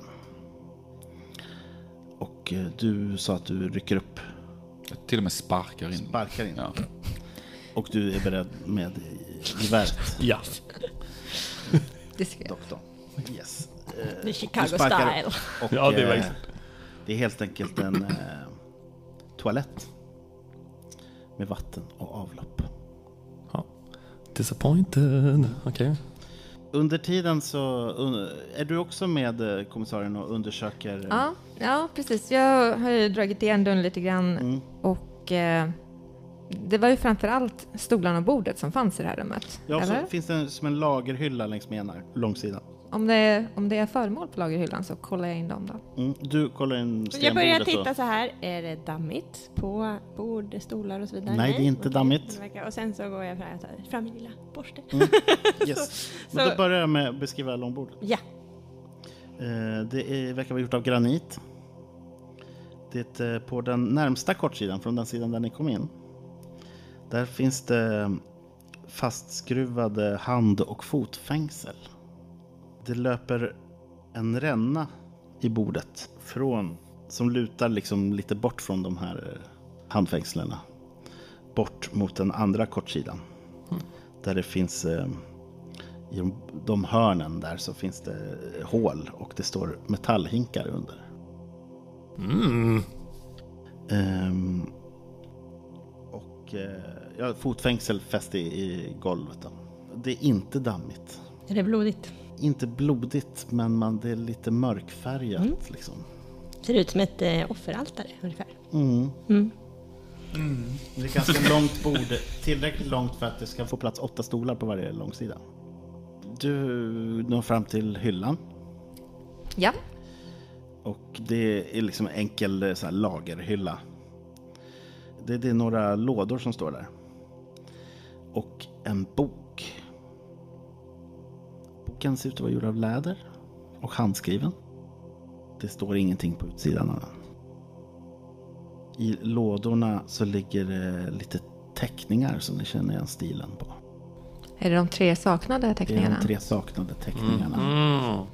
S1: Och eh, du sa att du rycker upp,
S5: Jag till och med sparkar in.
S1: sparkar in.
S5: Ja.
S1: Och du är beredd med i- geväret,
S7: Ja.
S3: Det ser jag.
S1: doktorn. Yes. Eh,
S4: The Chicago
S1: du sparkar
S4: style.
S1: upp. Och,
S7: Ja, det är
S1: eh,
S7: verkligen.
S1: det är helt enkelt en eh, toalett. Med vatten och avlopp.
S7: ja. Disappointed. Okej.
S1: Under tiden så un- är du också med eh, kommissarien och undersöker. eh,
S3: Ja, ja, precis. Jag har ju dragit igen dörren lite grann
S1: Mm.
S3: och eh, det var ju framför allt stolarna och bordet som fanns i det här rummet.
S1: Ja,
S3: eller?
S1: så finns det en, som en lagerhylla längs med ena långsidan.
S3: Om, det är, om det är föremål på lagerhyllan så kollar jag in dem då.
S1: Mm, du kollar in
S4: Jag
S1: stenbordet
S4: börjar
S1: och-
S4: titta så här. Är det dammigt på bord, stolar och så vidare?
S1: Nej, det är inte
S4: okej.
S1: dammigt. Mm.
S4: Det verkar- Och sen så går jag fram, och tar fram min lilla borste.
S1: Yes. Men då börjar jag med att beskriva långbordet.
S4: Ja.
S1: Eh, Det är, verkar vara gjort av granit. Det är på den närmsta kortsidan, från den sidan där ni kom in. Där finns det fastskruvade hand och fotfängsel. Det löper en ränna i bordet från, som lutar liksom lite bort från de här eh, handfängslena. Bort mot den andra kortsidan. Där det finns eh, i de, de hörnen där så finns det eh, hål och det står metallhinkar under.
S2: Mm.
S1: Ehm, och eh, ja, fotfängsel fäst i, i golvet. Då. Det är inte dammigt.
S4: Är det blodigt?
S1: Inte blodigt, men man, det är lite mörkfärgat. Liksom.
S4: Ser ut som ett eh, offeraltare ungefär.
S1: Det är ganska långt bord. Tillräckligt långt för att det ska få plats åtta stolar på varje långsida. Du når fram till hyllan.
S3: Ja,
S1: Och det är liksom en enkel eh, så här, lagerhylla. Det, det är några lådor som står där. Och en bok. Boken ser ut att vara gjord av läder och handskriven. Det står ingenting på utsidan av den. I lådorna så ligger det lite teckningar som ni känner igen stilen på.
S3: är det de tre saknade
S1: Det är
S3: teckningarna?
S1: de tre saknade teckningarna. Mm.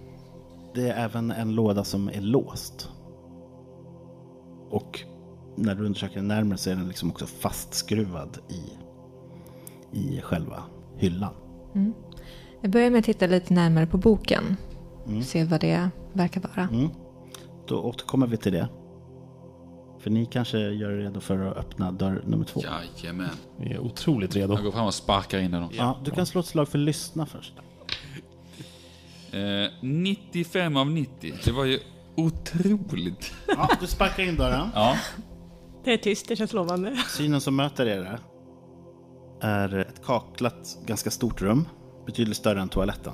S1: Det är även en låda som är låst. Och när du undersöker den närmare så är den liksom också fastskruvad i, i själva hyllan.
S3: Jag börjar med att titta lite närmare
S1: Mm.
S3: på boken. Se vad det verkar vara.
S1: Då återkommer vi till det. För ni kanske gör er redo för att öppna dörr nummer två.
S5: Jajamän.
S2: Vi är otroligt redo.
S5: Jag går fram och sparkar in den.
S1: Ja, du kan slå ett slag för lyssna först.
S5: Eh, 95 av 90. Det var ju otroligt.
S1: Ja, du sparkar in dörren.
S5: Ja.
S4: Det är tyst, det känns lovande.
S1: Synen som möter er är ett kaklat, ganska stort rum. Betydligt större än toaletten.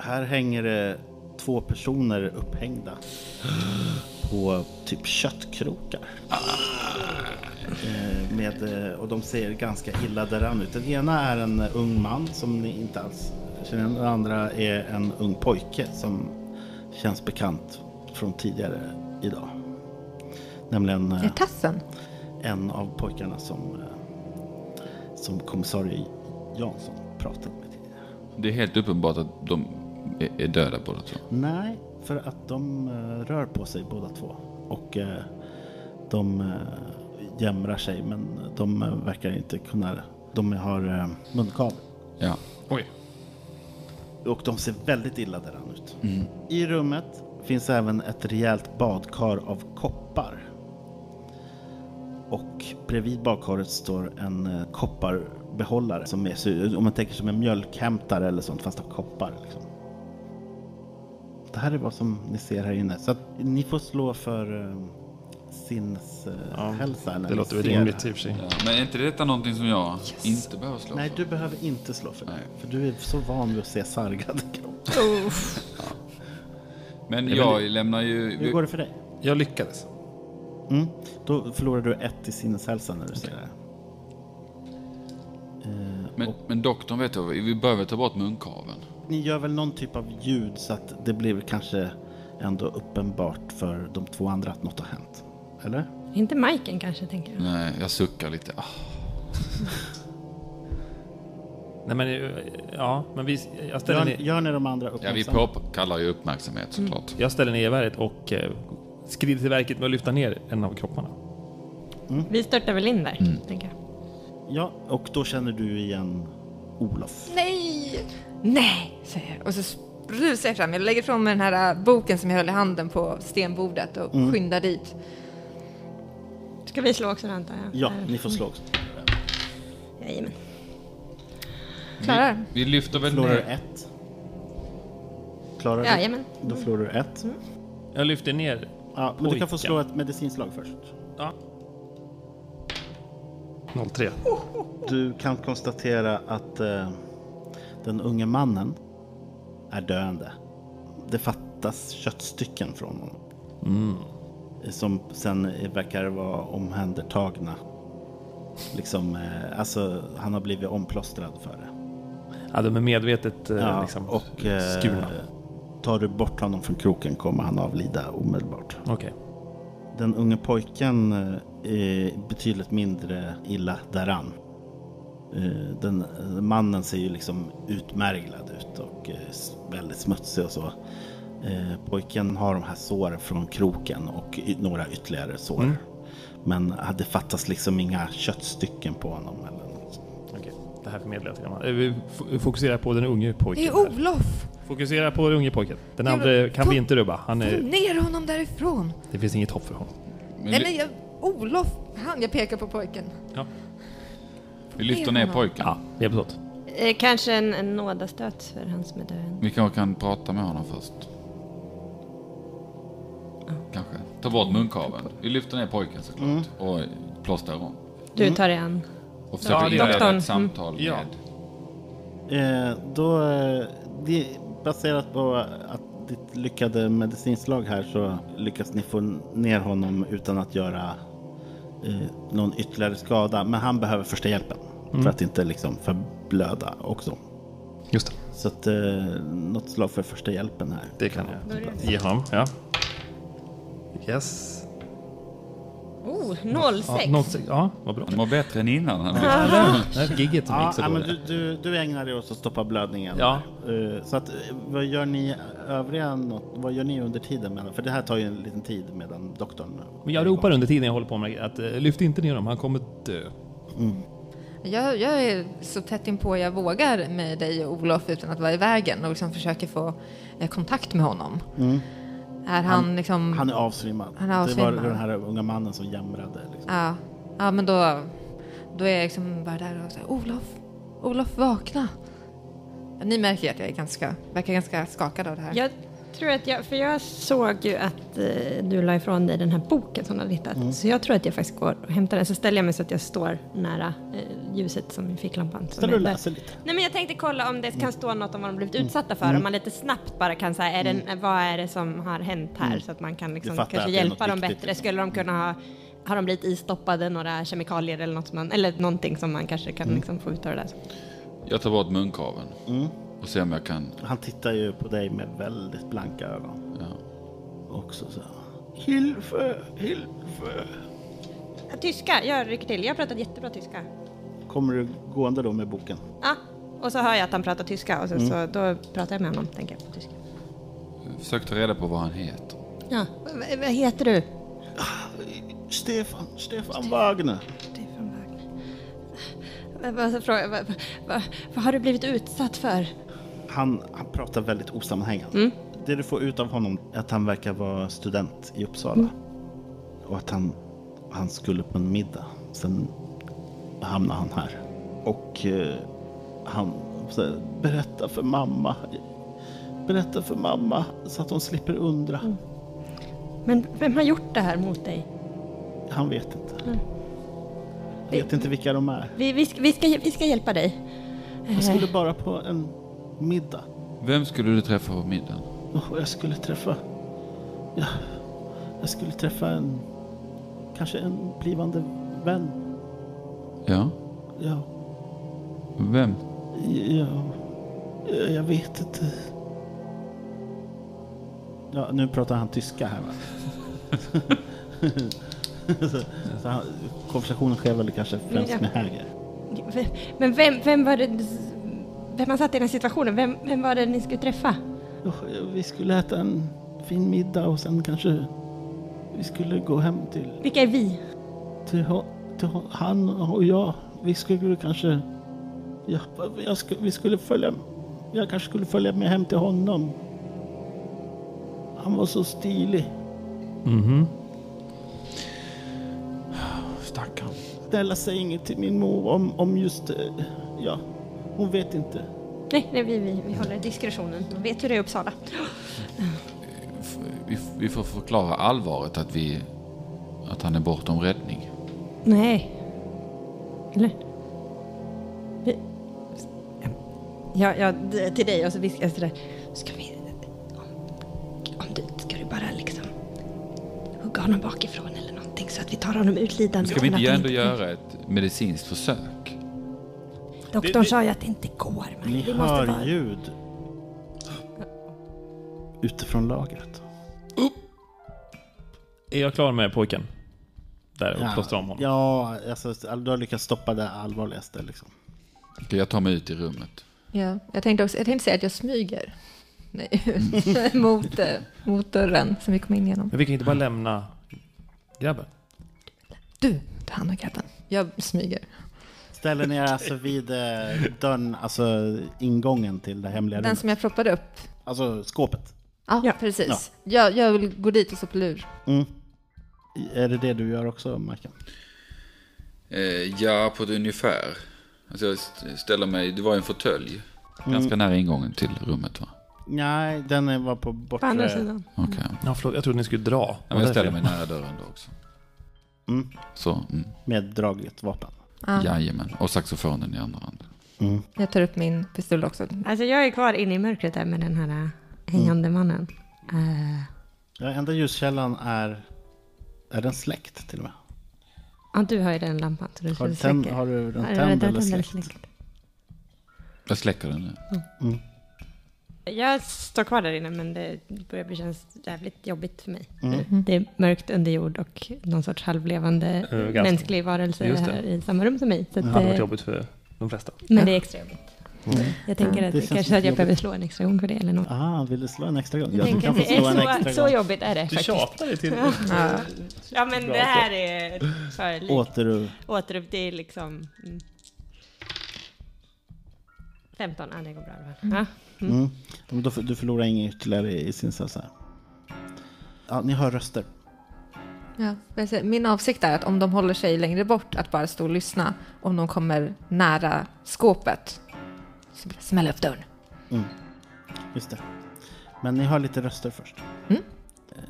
S1: Här hänger det två personer upphängda på typ köttkrokar. Eh, Med, eh, och de ser ganska illa däran ut. Den ena är en ung man som ni inte alls känner igen. Den andra är en ung pojke som känns bekant från tidigare idag. Nämligen... eh,
S3: Är det tassen?
S1: en av pojkarna som, eh, som kommissarie Jansson pratade med tidigare.
S5: Det är helt uppenbart att de är- är döda båda två.
S1: Nej, för att de eh, rör på sig båda två. Och eh, de eh, jämrar sig, men de eh, verkar inte kunna... De har eh, munkavle.
S5: Ja.
S7: Oj.
S1: Och de ser väldigt illa däran ut. I rummet finns även ett rejält badkar av koppar. Och bredvid badkaret står en eh, kopparbehållare som är, så- om man tänker som en mjölkhämtare eller sånt, fast av koppar. Liksom. Det här är vad som ni ser här inne. Så att ni får slå för eh,
S7: Ja,
S1: sinneshälsa. när
S7: Det
S1: ni
S7: låter väl
S1: ser det
S7: rimligt
S1: här.
S7: i och för sig.
S5: ja. Men är inte detta någonting som jag inte behöver slå
S1: Nej,
S5: för?
S1: du behöver inte slå för det.
S5: Nej.
S1: För du är så van vid att se sargade kroppar.
S5: Men jag lämnar ju...
S1: Hur går det för dig?
S7: Jag lyckades.
S1: Mm. Då förlorar du ett i sinneshälsa när du ser det. Eh,
S5: Men, men doktorn vet jag, vi behöver ta bort munkaveln.
S1: Ni gör väl någon typ av ljud så att det blir kanske ändå uppenbart för de två andra att något har hänt? Eller?
S4: Inte Majken kanske, tänker jag.
S5: Nej, jag suckar lite. Ah.
S2: Nej men, eh, ja, men vi, jag ställer
S1: Gör,
S2: ner,
S1: gör ni de andra
S5: Ja, vi
S1: uppmärksamma?
S5: påkallar ju uppmärksamhet såklart.
S2: jag ställer ner geväret och eh, skrider till verket med att lyfta ner en av kropparna.
S1: Mm.
S4: Vi störtar väl in där, tänker jag.
S1: ja, och då känner du igen Olof.
S3: Nej! Nej, säger jag. Och så rusar jag fram. Jag lägger ifrån mig den här äh, boken som jag höll i handen på stenbordet och
S1: Mm.
S3: skyndar dit.
S4: Ska vi slå också då, antar jag?
S1: Ja, ni får slå också.
S4: Jajamän.
S3: Klarar.
S5: Vi lyfter väl
S1: Förlorar du
S5: ner...
S1: ett? Klarar du?
S4: Jajamän.
S1: Då förlorar du ett.
S2: Jag lyfter ner.
S1: Ja, men du kan få
S2: Pojkar.
S1: slå ett medicinslag först.
S2: Ja. 03.
S1: Du kan konstatera att eh, den unge mannen är döende. Det fattas köttstycken från honom.
S2: Mm.
S1: Som sen verkar vara omhändertagna. Liksom, eh, alltså han har blivit omplåstrad för det.
S2: Ja, de är medvetet eh,
S1: Ja,
S2: liksom,
S1: och eh,
S2: skurna.
S1: tar du bort honom från kroken kommer han avlida omedelbart.
S2: Okej.
S1: Den unge pojken eh, är betydligt mindre illa däran. Eh, Den eh, mannen ser ju liksom utmärglad ut och eh, s- väldigt smutsig och så. Eh, Pojken har de här såren från kroken och y- några ytterligare sår. Men eh, det fattas liksom inga köttstycken på honom. Eller något.
S2: Okej. Det här förmedlar jag till honom. Eh, Vi f- fokuserar på den unge pojken.
S3: Det är
S2: här.
S3: Olof!
S2: Fokusera på den unge pojken. Den
S3: Ja, Mm.
S2: andra
S3: men-
S2: kan vi inte rubba. Han
S3: Få
S1: Mm.
S2: är,
S3: ner honom därifrån!
S2: det finns inget hopp för honom.
S5: Vi,
S3: Nej men
S5: ly-
S3: jag, Olof, han jag pekar på pojken.
S2: Ja.
S5: vi lyfter ner pojken.
S2: Ja, hjälps åt.
S4: Eh, kanske en, en nådastöt för han som är döende.
S5: Vi kanske kan prata med honom först. Kanske. Ta bort munkaveln. Vi lyfter ner pojken såklart. Och plåstrar om.
S1: Mm.
S4: Du tar dig an.
S5: Och försöker
S2: det gör jag.
S5: inleda
S4: Doktorn.
S5: ett samtal
S2: Ja.
S5: med...
S1: Eh, Då, eh, det, baserat på att ditt lyckade medicinslag här så lyckas ni få ner honom utan att göra eh, någon ytterligare skada. Men han behöver första hjälpen
S2: Mm.
S1: för att inte liksom förblöda också.
S2: Just det.
S1: Så att, eh, något slag för första hjälpen här.
S2: Det kan jag ge honom. Ja. Yes.
S4: Oh, 06!
S2: Ja, noll sex. ja vad bra.
S5: Han mår bättre än innan. Han
S2: Det här gigget som
S1: Ja,
S2: gick så
S1: ja, men
S2: dåligt.
S1: du, du, du ägnar dig åt att stoppa blödningen.
S2: Ja.
S1: Eh, Så att, eh, vad gör ni övriga? något- Vad gör ni under tiden? Medan, för det här tar ju en liten tid medan doktorn...
S2: Men Jag ropar under tiden jag håller på med att eh, lyft inte ner honom, han kommer dö.
S3: Jag, jag är så tätt inpå jag vågar med dig och Olof utan att vara i vägen och liksom försöker få eh, kontakt med honom. Är han liksom...
S1: Han är avsvimmad.
S3: Han är
S1: Det
S3: avsvimmad.
S1: var den här unga mannen som jamrade. Liksom.
S3: Ja, ja men då, då är jag liksom bara där och säger Olof, Olof vakna. Ni märker ju att jag är ganska, verkar ganska skakad av det här.
S4: Jag tror att jag, för jag såg ju att eh, du la ifrån dig den här boken som du har letat.
S1: Mm.
S4: Så jag tror att jag faktiskt går och hämtar den. Så ställer jag mig så att jag står nära eh, ljuset som i ficklampan. som
S1: Ställer du alltså, och
S4: är där.
S1: läser lite.
S4: Nej men jag tänkte kolla om det kan stå något om vad de blivit utsatta för. Om man lite snabbt bara kan säga, är det, vad är det som har hänt här? Så att man kan liksom
S1: fattar
S4: kanske
S1: att det är
S4: hjälpa
S1: något
S4: dem
S1: viktigt.
S4: bättre. Skulle de kunna ha, har de blivit istoppade några kemikalier eller något som man, eller någonting som man kanske kan liksom få ut av det där.
S5: Jag tar bort munkaveln och ser om jag kan...
S1: Han tittar ju på dig med väldigt blanka ögon.
S5: Ja.
S1: Också så. Hilfe, Hilfe.
S6: Tyska, jag rycker till. Jag pratar jättebra tyska.
S1: Kommer du gående då med boken?
S6: Ja, och så hör jag att han pratar tyska
S4: Mm.
S6: och så, så då pratar jag med honom, tänker jag på tyska.
S5: Försök ta reda på vad han heter.
S6: Ja, v- v- vad heter du?
S1: Stefan, Stefan Wagner.
S4: Stefan Wagner. Jag bara frågar, Vad, vad, vad har du blivit utsatt för?
S1: Han, han pratar väldigt osammanhängande. Det du får ut av honom är att han verkar vara student i Uppsala. Och att han, han skulle på en middag. Sen hamnar han här. Och eh, han säger, berätta för mamma. Berätta för mamma så att hon slipper undra.
S4: Men vem har gjort det här mot dig?
S1: Han vet inte. Han vet inte vilka de är.
S4: Vi, vi, ska, vi, ska, vi ska hjälpa dig.
S1: Jag skulle bara på en middag.
S5: Vem skulle du träffa på middagen?
S1: Och jag skulle träffa... Ja, jag skulle träffa en... Kanske en blivande vän.
S5: Ja,
S1: Ja,
S5: vem?
S1: ja, jag vet inte. Ja, nu pratar han tyska här va? så, så han, konversationen sker väl kanske främst med Häger.
S4: Men vem, vem var det... Vem har satt i den här situationen? Vem, vem var det ni skulle träffa?
S1: Ja, Vi skulle äta en fin middag och sen kanske vi skulle gå hem till
S4: Vilka är vi?
S1: till, ho- till ho- han och jag. Vi skulle kanske... Ja, jag sku- vi skulle följa... Jag kanske skulle följa med hem till honom. Han var så stilig.
S2: Mm-hmm.
S5: Stackarn.
S1: Snälla säg inget till min mor om, om just... eh, Ja, hon vet inte.
S4: Nej, nej vi, vi, vi håller diskretionen. Man vet hur det är i Uppsala.
S5: Vi, vi får förklara allvaret att vi... Att han är bortom räddning.
S4: Nej. Eller? Vi, ja, ja, d- till dig och så viskar jag sådär. Ska vi... Om, om du... Ska du bara liksom hugga honom bakifrån eller någonting så att vi tar honom ut lidandet.
S5: Ska vi inte
S4: utan att
S5: ändå
S4: han
S5: göra ett medicinskt försök?
S4: Doktorn sa ju att det inte går. Men
S1: Ni
S4: vi måste
S1: hör
S4: bara...
S1: ljud. Utifrån lagret.
S2: Är jag klar med pojken? Där och plåstrar om honom.
S1: Ja, alltså, du har lyckats stoppa det allvarligaste liksom.
S5: Okej, Jag tar mig ut i rummet.
S3: Ja, jag, tänkte också, jag tänkte säga att jag smyger Nej, mot, eh, mot dörren som vi kom in genom.
S2: Men vi kan inte bara lämna grabben.
S3: Du, ta hand om grabben. Jag smyger.
S1: Ställer ni er alltså vid eh, dörren, alltså ingången till det hemliga
S3: Den
S1: rummet?
S3: som jag proppade upp.
S1: Alltså skåpet.
S3: Ja, precis. Jag, jag vill gå dit och så på lur.
S1: Mm. Är det det du gör också, Markan?
S5: Eh, ja, på ett ungefär. Alltså jag st- ställer mig, det var ju en fåtölj. Ganska nära ingången till rummet va?
S1: Nej, den är- var på bortre...
S4: På andra sidan.
S5: Okej.
S2: Ja, förlåt, jag trodde ni skulle dra.
S5: Ja, men jag ställer mig nära dörren då också.
S1: Mm.
S5: Så, mm.
S1: Med dragligt vapen.
S5: jajamän. Och saxofonen i andra hand.
S3: Jag tar upp min pistol också.
S4: Alltså jag är kvar inne i mörkret där med den här äh,
S1: Mm.
S4: hängande mannen. Äh,
S1: Ja, enda ljuskällan är... Är den släckt till och med?
S4: ja, du har ju den lampan så du
S1: Har du,
S4: släcker.
S1: tänd, har du den
S4: Ja,
S1: tänd
S4: den
S1: eller
S4: tänd
S1: släckt?
S5: Jag släcker den nu.
S4: Jag står kvar där inne men det börjar bli känns jävligt jobbigt för mig.
S1: Mm.
S4: Mm. Det är mörkt under jord och någon sorts halvlevande
S2: Eh, ganska.
S4: mänsklig varelse
S2: Just det.
S4: här i samma rum som mig. Så att,
S2: Det hade varit
S4: eh,
S2: jobbigt för de flesta.
S4: men det är extra jobbigt. Mm. Jag tänker
S1: Mm. Det
S4: att
S1: känns
S4: det kanske
S1: lite
S4: att jag behöver slå en extra gång för det eller något.
S1: Ah, vill du slå en extra gång?
S4: Jag
S1: du
S4: tänker
S1: kan
S4: att
S1: få
S4: det är
S1: slå en
S4: så, så
S1: extra gång.
S4: jobbigt är det faktiskt.
S2: dig till...
S4: Ja men det här är för likt.
S1: Åter du...
S4: Återupp, det är liksom... Mm. 15, ja det
S3: Mm.
S4: går bra. det var- Ja.
S1: Mm. Men då, får- du förlorar inget ytterligare i sin så här- så här. Ja, ni hör röster.
S3: Ja, precis. Min avsikt är att om de håller sig längre bort, att bara stå och lyssna. Om de kommer nära skåpet, så smäll upp dörren.
S1: Just det. Men ni hör lite röster först. Eh,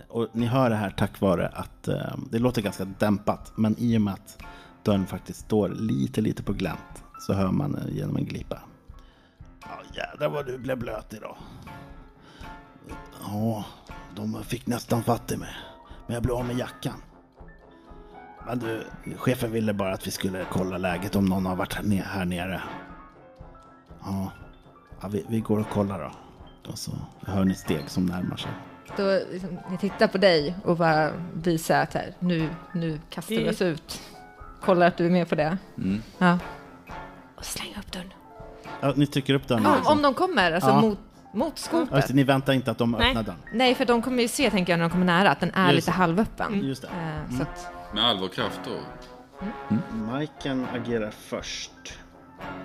S1: Och ni hör det här tack vare att eh, det låter ganska dämpat, men i och med att dörren faktiskt står lite, lite på glänt så hör man eh, genom en glipa. Ja, jädrar vad du blev blöt idag. Ja, de fick nästan fatt i mig, men jag blev av med jackan. Men du, chefen ville bara att vi skulle kolla läget om någon har varit här ne- här nere. Ja, ja vi, vi går och kollar då. Och så hör ni steg som närmar sig.
S3: Då liksom, jag tittar på dig och bara visar att här, nu, nu kastar vi oss ut. Kollar att du är med på det.
S1: Mm.
S3: Ja. Och släng upp dörren.
S1: Ja, ni trycker upp dörren.
S3: Om,
S1: liksom.
S3: om de kommer, alltså
S1: Ja.
S3: mot, mot
S1: Ja, just
S3: skåpet.
S1: det, ni väntar inte att de
S6: Nej.
S1: öppnar dörren.
S3: Nej, för de kommer ju se, tänker jag, när de kommer nära, att den är
S1: Just
S3: lite
S1: det. Mm.
S3: halvöppen.
S1: Just det.
S3: Eh, Så att,
S5: Med all vår kraft då.
S1: Majken agerar först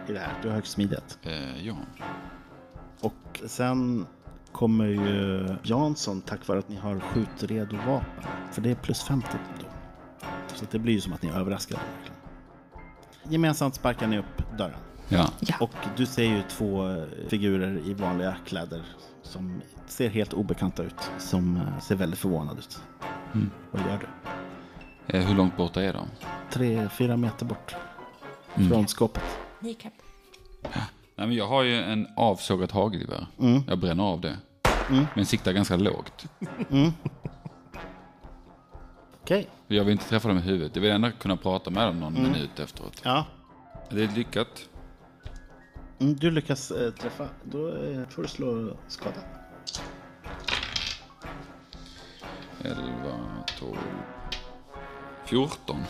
S1: i det här. Du har högst smidighet.
S5: Eh, ja.
S1: Och sen kommer ju Jansson tack vare att ni har skjutredo vapen. För det är plus 50 då. Så att det blir ju som att ni är överraskade. Verkligen. Gemensamt sparkar ni upp dörren.
S5: Ja.
S1: Och du ser ju två eh, figurer i vanliga kläder som ser helt obekanta ut. Som eh, ser väldigt förvånade ut. Vad gör du?
S5: Eh, hur långt borta är de?
S1: Tre, fyra meter bort från skåpet.
S6: Kneecap.
S5: Nej, men jag har ju en avsågat hagelgevär. Jag bränner av det. Men siktar ganska lågt.
S1: Okej.
S5: Jag vill inte träffa dem i huvudet. Jag vill ändå kunna prata med dem någon minut efteråt.
S1: Ja.
S5: Det är lyckat.
S1: Mm, du lyckas eh, träffa. Då eh, får du slå skada.
S5: 11, 12, 14.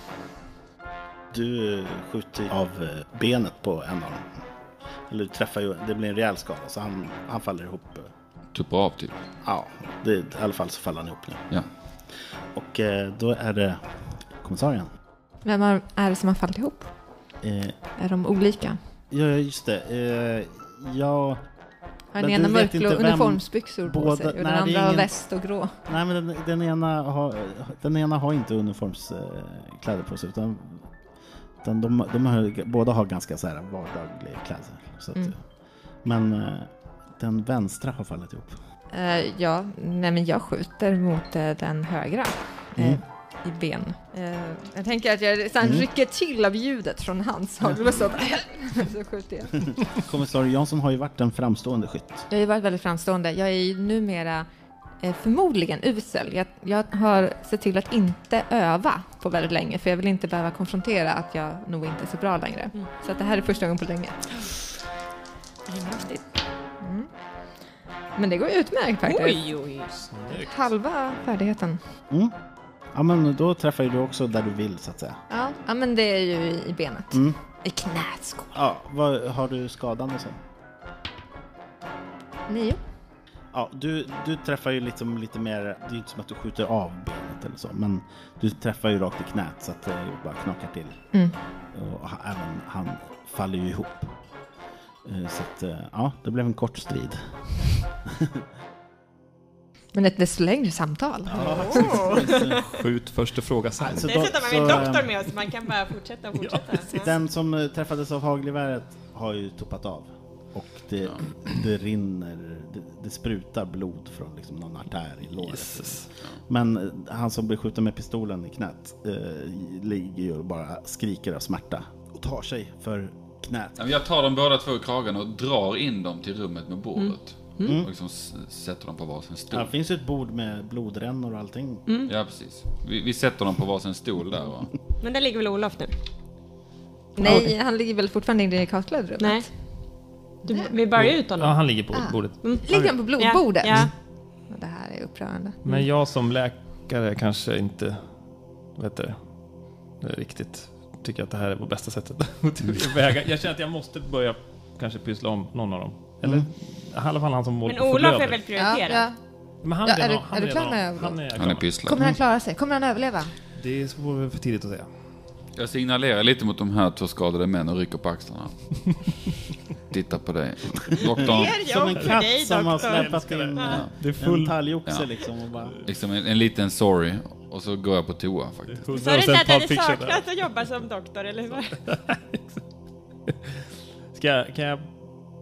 S1: Du eh, skjuter av eh, benet på en av dem. Eller du träffar ju. Det blir en rejäl skada så han, han faller ihop. eh.
S5: Tuppar av typ.
S1: Ja, det, i alla fall så faller han ihop nu.
S5: Ja.
S1: Och eh, då är det kommissarien.
S3: vem har- är det som har fallit ihop?
S1: Eh,
S3: Är de olika?
S1: ja, ja, just det. Eh, ja,
S3: Har
S1: Men
S3: den
S1: du
S3: ena
S1: vet
S3: mörkblå
S1: inte vem
S3: uniformsbyxor
S1: båda-
S3: på sig och
S1: Nej,
S3: den
S1: det är
S3: andra har
S1: ingen-
S3: väst och grå?
S1: nej men den, den, ena, har, den ena har inte uniformskläder på sig utan, utan de, de har, båda har ganska så här vardagliga kläder. Så att, Men eh, den vänstra har fallit ihop.
S3: Eh, ja, nej men jag skjuter mot eh, den högra eh,
S1: Mm.
S3: i ben. Eh, jag tänker att jag sen rycker till av ljudet från hans håll och så, så skjuter jag.
S1: Kommissarie Jansson har ju varit en framstående skytt.
S3: Jag har ju varit väldigt framstående. Jag är ju numera eh, förmodligen usel. Jag, jag har sett till att inte öva på väldigt länge för jag vill inte behöva konfrontera att jag nog inte är så bra längre.
S6: Mm.
S3: Så att det här är första gången på länge. Mm. Men det går ju utmärkt faktiskt.
S6: Oj, oj.
S3: Halva färdigheten.
S1: Mm. Ja men då träffar ju du också där du vill så att säga.
S3: Ja. ja, men det är ju i i benet.
S1: Mm.
S3: I knät. skål.
S1: Ja, vad, har du skadan och så?
S3: Nio.
S1: Ja, du, du träffar ju liksom lite mer, det är ju inte som att du skjuter av benet eller så, men du träffar ju rakt i knät så att det bara knakar till.
S3: Mm.
S1: Och ha- även han faller ju ihop. Eh, Så att, eh, ja, det blev en kort strid.
S3: Men ett desto längre samtal.
S7: Skjut första fråga sen.
S1: Så
S6: Dessutom har vi en
S1: så, eh,
S6: doktor med oss, man kan bara fortsätta och fortsätta.
S1: Den som eh, träffades av hagelgeväret har ju toppat av. Och det, det rinner, det, det sprutar blod från liksom någon artär i låret. Men eh, han som blir skjuten med pistolen i knät eh, ligger ju och bara skriker av smärta. Och tar sig för knät.
S5: Ja, men Jag tar dem båda två i kragen och drar in dem till rummet med bordet. Och liksom s- sätter dem på varsin
S1: Ja,
S5: stol.
S1: det finns ju ett bord med blodrännor och allting.
S5: Ja, precis. Vi, vi sätter dem på varsin stol där va?
S6: Men där ligger väl Olof nu?
S3: Nej, han ligger väl fortfarande inne i kakelrummet?
S6: Nej. Du, vi bär ut
S2: Ja,
S6: honom.
S2: han ligger på bordet.
S3: Ligger han på blodbordet?
S6: Mm.
S1: Mm.
S6: Ja,
S3: Det här är upprörande.
S2: Men jag som läkare kanske inte vet det, riktigt tycker att det här är på bästa sättet att
S7: Mm.
S2: väga. Jag känner att jag måste börja kanske pyssla om någon av dem. Eller i alla fall han som
S6: ja.
S2: håller
S6: Men
S2: på och
S6: Olof
S2: blöder.
S6: är väl
S3: Ja,
S6: prioriterad?
S3: ja.
S2: Men han
S3: Ja,
S2: är,
S3: är
S2: redan-
S3: du-
S2: han
S3: är du
S2: redan-
S3: klar med-
S2: Han är,
S5: Han är
S2: klar.
S5: pysslare.
S3: Kommer han klara sig? Kommer han överleva?
S2: Det vore för tidigt att säga.
S5: Jag signalerar lite mot de här två skadade männen och rycker på axlarna. tittar på dig. Doktorn,
S1: Som en
S4: jobb för
S1: katt
S4: dig,
S1: som har
S4: doktorn.
S1: släpat in eh,
S2: Det är
S1: en
S2: full...
S1: talgoxe
S5: Ja.
S1: liksom och bara...
S5: liksom en, en liten sorry. Och så går jag på toa faktiskt.
S4: Sa du inte att du
S2: Pulp
S4: hade
S2: Fiction där.
S4: saknat att jobba som doktor eller vad?
S2: Ska jag, kan jag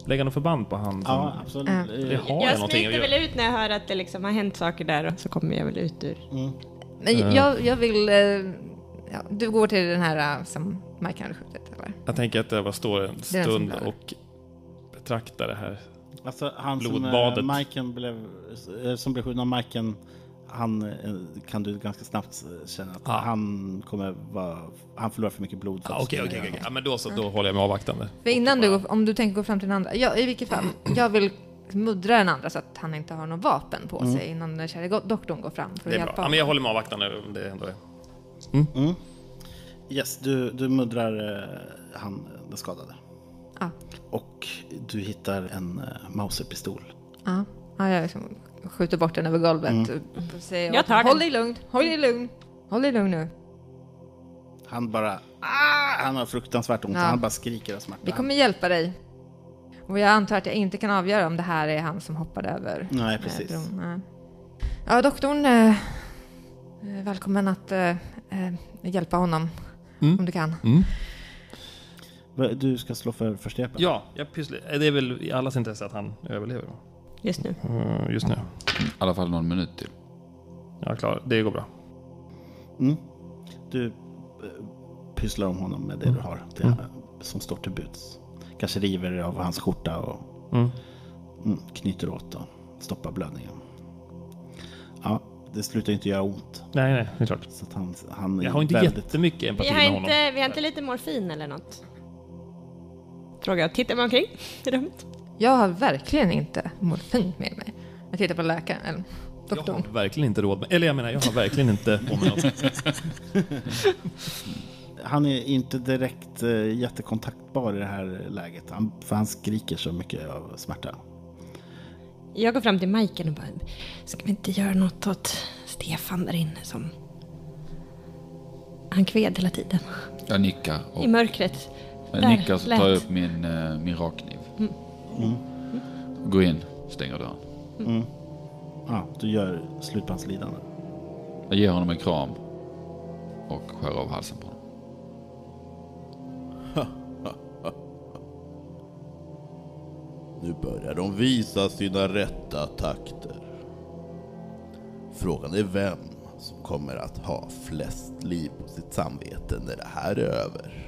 S2: lägga något förband på han? som-
S1: Ja, absolut.
S3: Ja.
S2: Det
S1: Eh,
S2: har
S4: Jag
S2: jag någonting att
S4: smiter
S2: göra.
S4: väl ut när jag hör att det liksom har hänt saker där och så kommer jag väl ut ur.
S3: Men jag, jag vill... eh, Ja, du går till den här eh, som Mike hade skjutit, eller?
S2: Jag tänker att jag bara står en
S3: är den som
S2: stund
S3: dör.
S2: och betraktar det här.
S1: Alltså han som,
S2: Blodbadet.
S1: eh, Majken blev, eh, som blev skjuten av Majken, han eh, kan du ganska snabbt eh, känna att han kommer vara, han förlorar för mycket blod. för att
S2: Ah. Okej,
S1: springa
S2: okej,
S1: igenom.
S2: okej. Ja, men då så, då
S3: Mm.
S2: håller jag mig avvaktande.
S3: För innan du, går- om du tänker gå fram till den andra. Ja, i vilket fall. Jag vill muddra den andra så att han inte har något vapen på sig innan den kära go- doktorn går fram
S2: Mm. Det
S3: för att
S2: är bra.
S3: hjälpa
S2: Ja,
S3: honom.
S2: men jag håller mig avvaktande om det ändå är.
S1: Yes, du, du muddrar eh, han, eh, den skadade.
S3: Ja.
S1: Och du hittar en eh, Mauserpistol.
S3: Ja. Ja, jag liksom skjuter bort den över golvet.
S2: Mm.
S3: Och säger,
S4: Jag tar den.
S3: håll dig lugn, håll dig lugn, håll dig lugn nu.
S1: Han bara, ah! han har fruktansvärt ont,
S3: Ja.
S1: han bara skriker av smärta.
S3: Vi kommer hjälpa dig. Och jag antar att jag inte kan avgöra om det här är han som hoppade över
S1: Nej,
S3: eh,
S1: precis.
S3: bron. Nej. Ja, doktorn, eh, eh, välkommen att eh, eh, hjälpa honom om du kan.
S2: Mm.
S1: Va- Du ska slå för förstrepa.
S2: Ja, jag pysslar. Det är väl i allas intresse att han överlever då.
S4: Just nu.
S2: Mm, just nu.
S5: I alla fall någon minut till.
S2: Jag är klar. Det går bra.
S1: Mm. Du eh, pysslar om honom med det du har, det eh, som står till buds. Kanske river av hans skjorta och
S2: Mm.
S1: mm, knyter åt och stoppar blödningen. Ja, det slutar ju inte göra ont.
S2: Nej, nej, det är klart.
S1: Så att han, han är
S2: Jag har inte
S1: väldigt...
S2: jättemycket
S4: Vi
S2: empati
S4: har,
S2: med honom.
S4: inte, vi har inte lite morfin eller något? Frågar jag. Tittar man omkring i rummet?
S3: Jag har verkligen inte morfin med mig. Jag tittar på läkaren, eller
S2: Jag har
S3: doktorn.
S2: verkligen inte råd med... Eller jag menar, jag har verkligen inte på mig något.
S1: Han är inte direkt eh, jättekontaktbar i det här läget. Han, för han skriker så mycket av smärta.
S4: Jag går fram till Majken och bara, ska vi inte göra något åt Stefan där inne som... Han kved hela tiden.
S5: Jag nickar. Och,
S4: I mörkret.
S5: jag
S4: Där,
S5: nickar så tar jag
S4: lätt.
S5: upp min, eh, min rakkniv. Går in, stänger dörren.
S1: Ja, du gör slut på hans lidande.
S5: Jag ger honom en kram och skär av halsen på honom.
S8: Nu börjar de visa sina rätta takter. Frågan är vem som kommer att ha flest liv på sitt samvete när det här är över.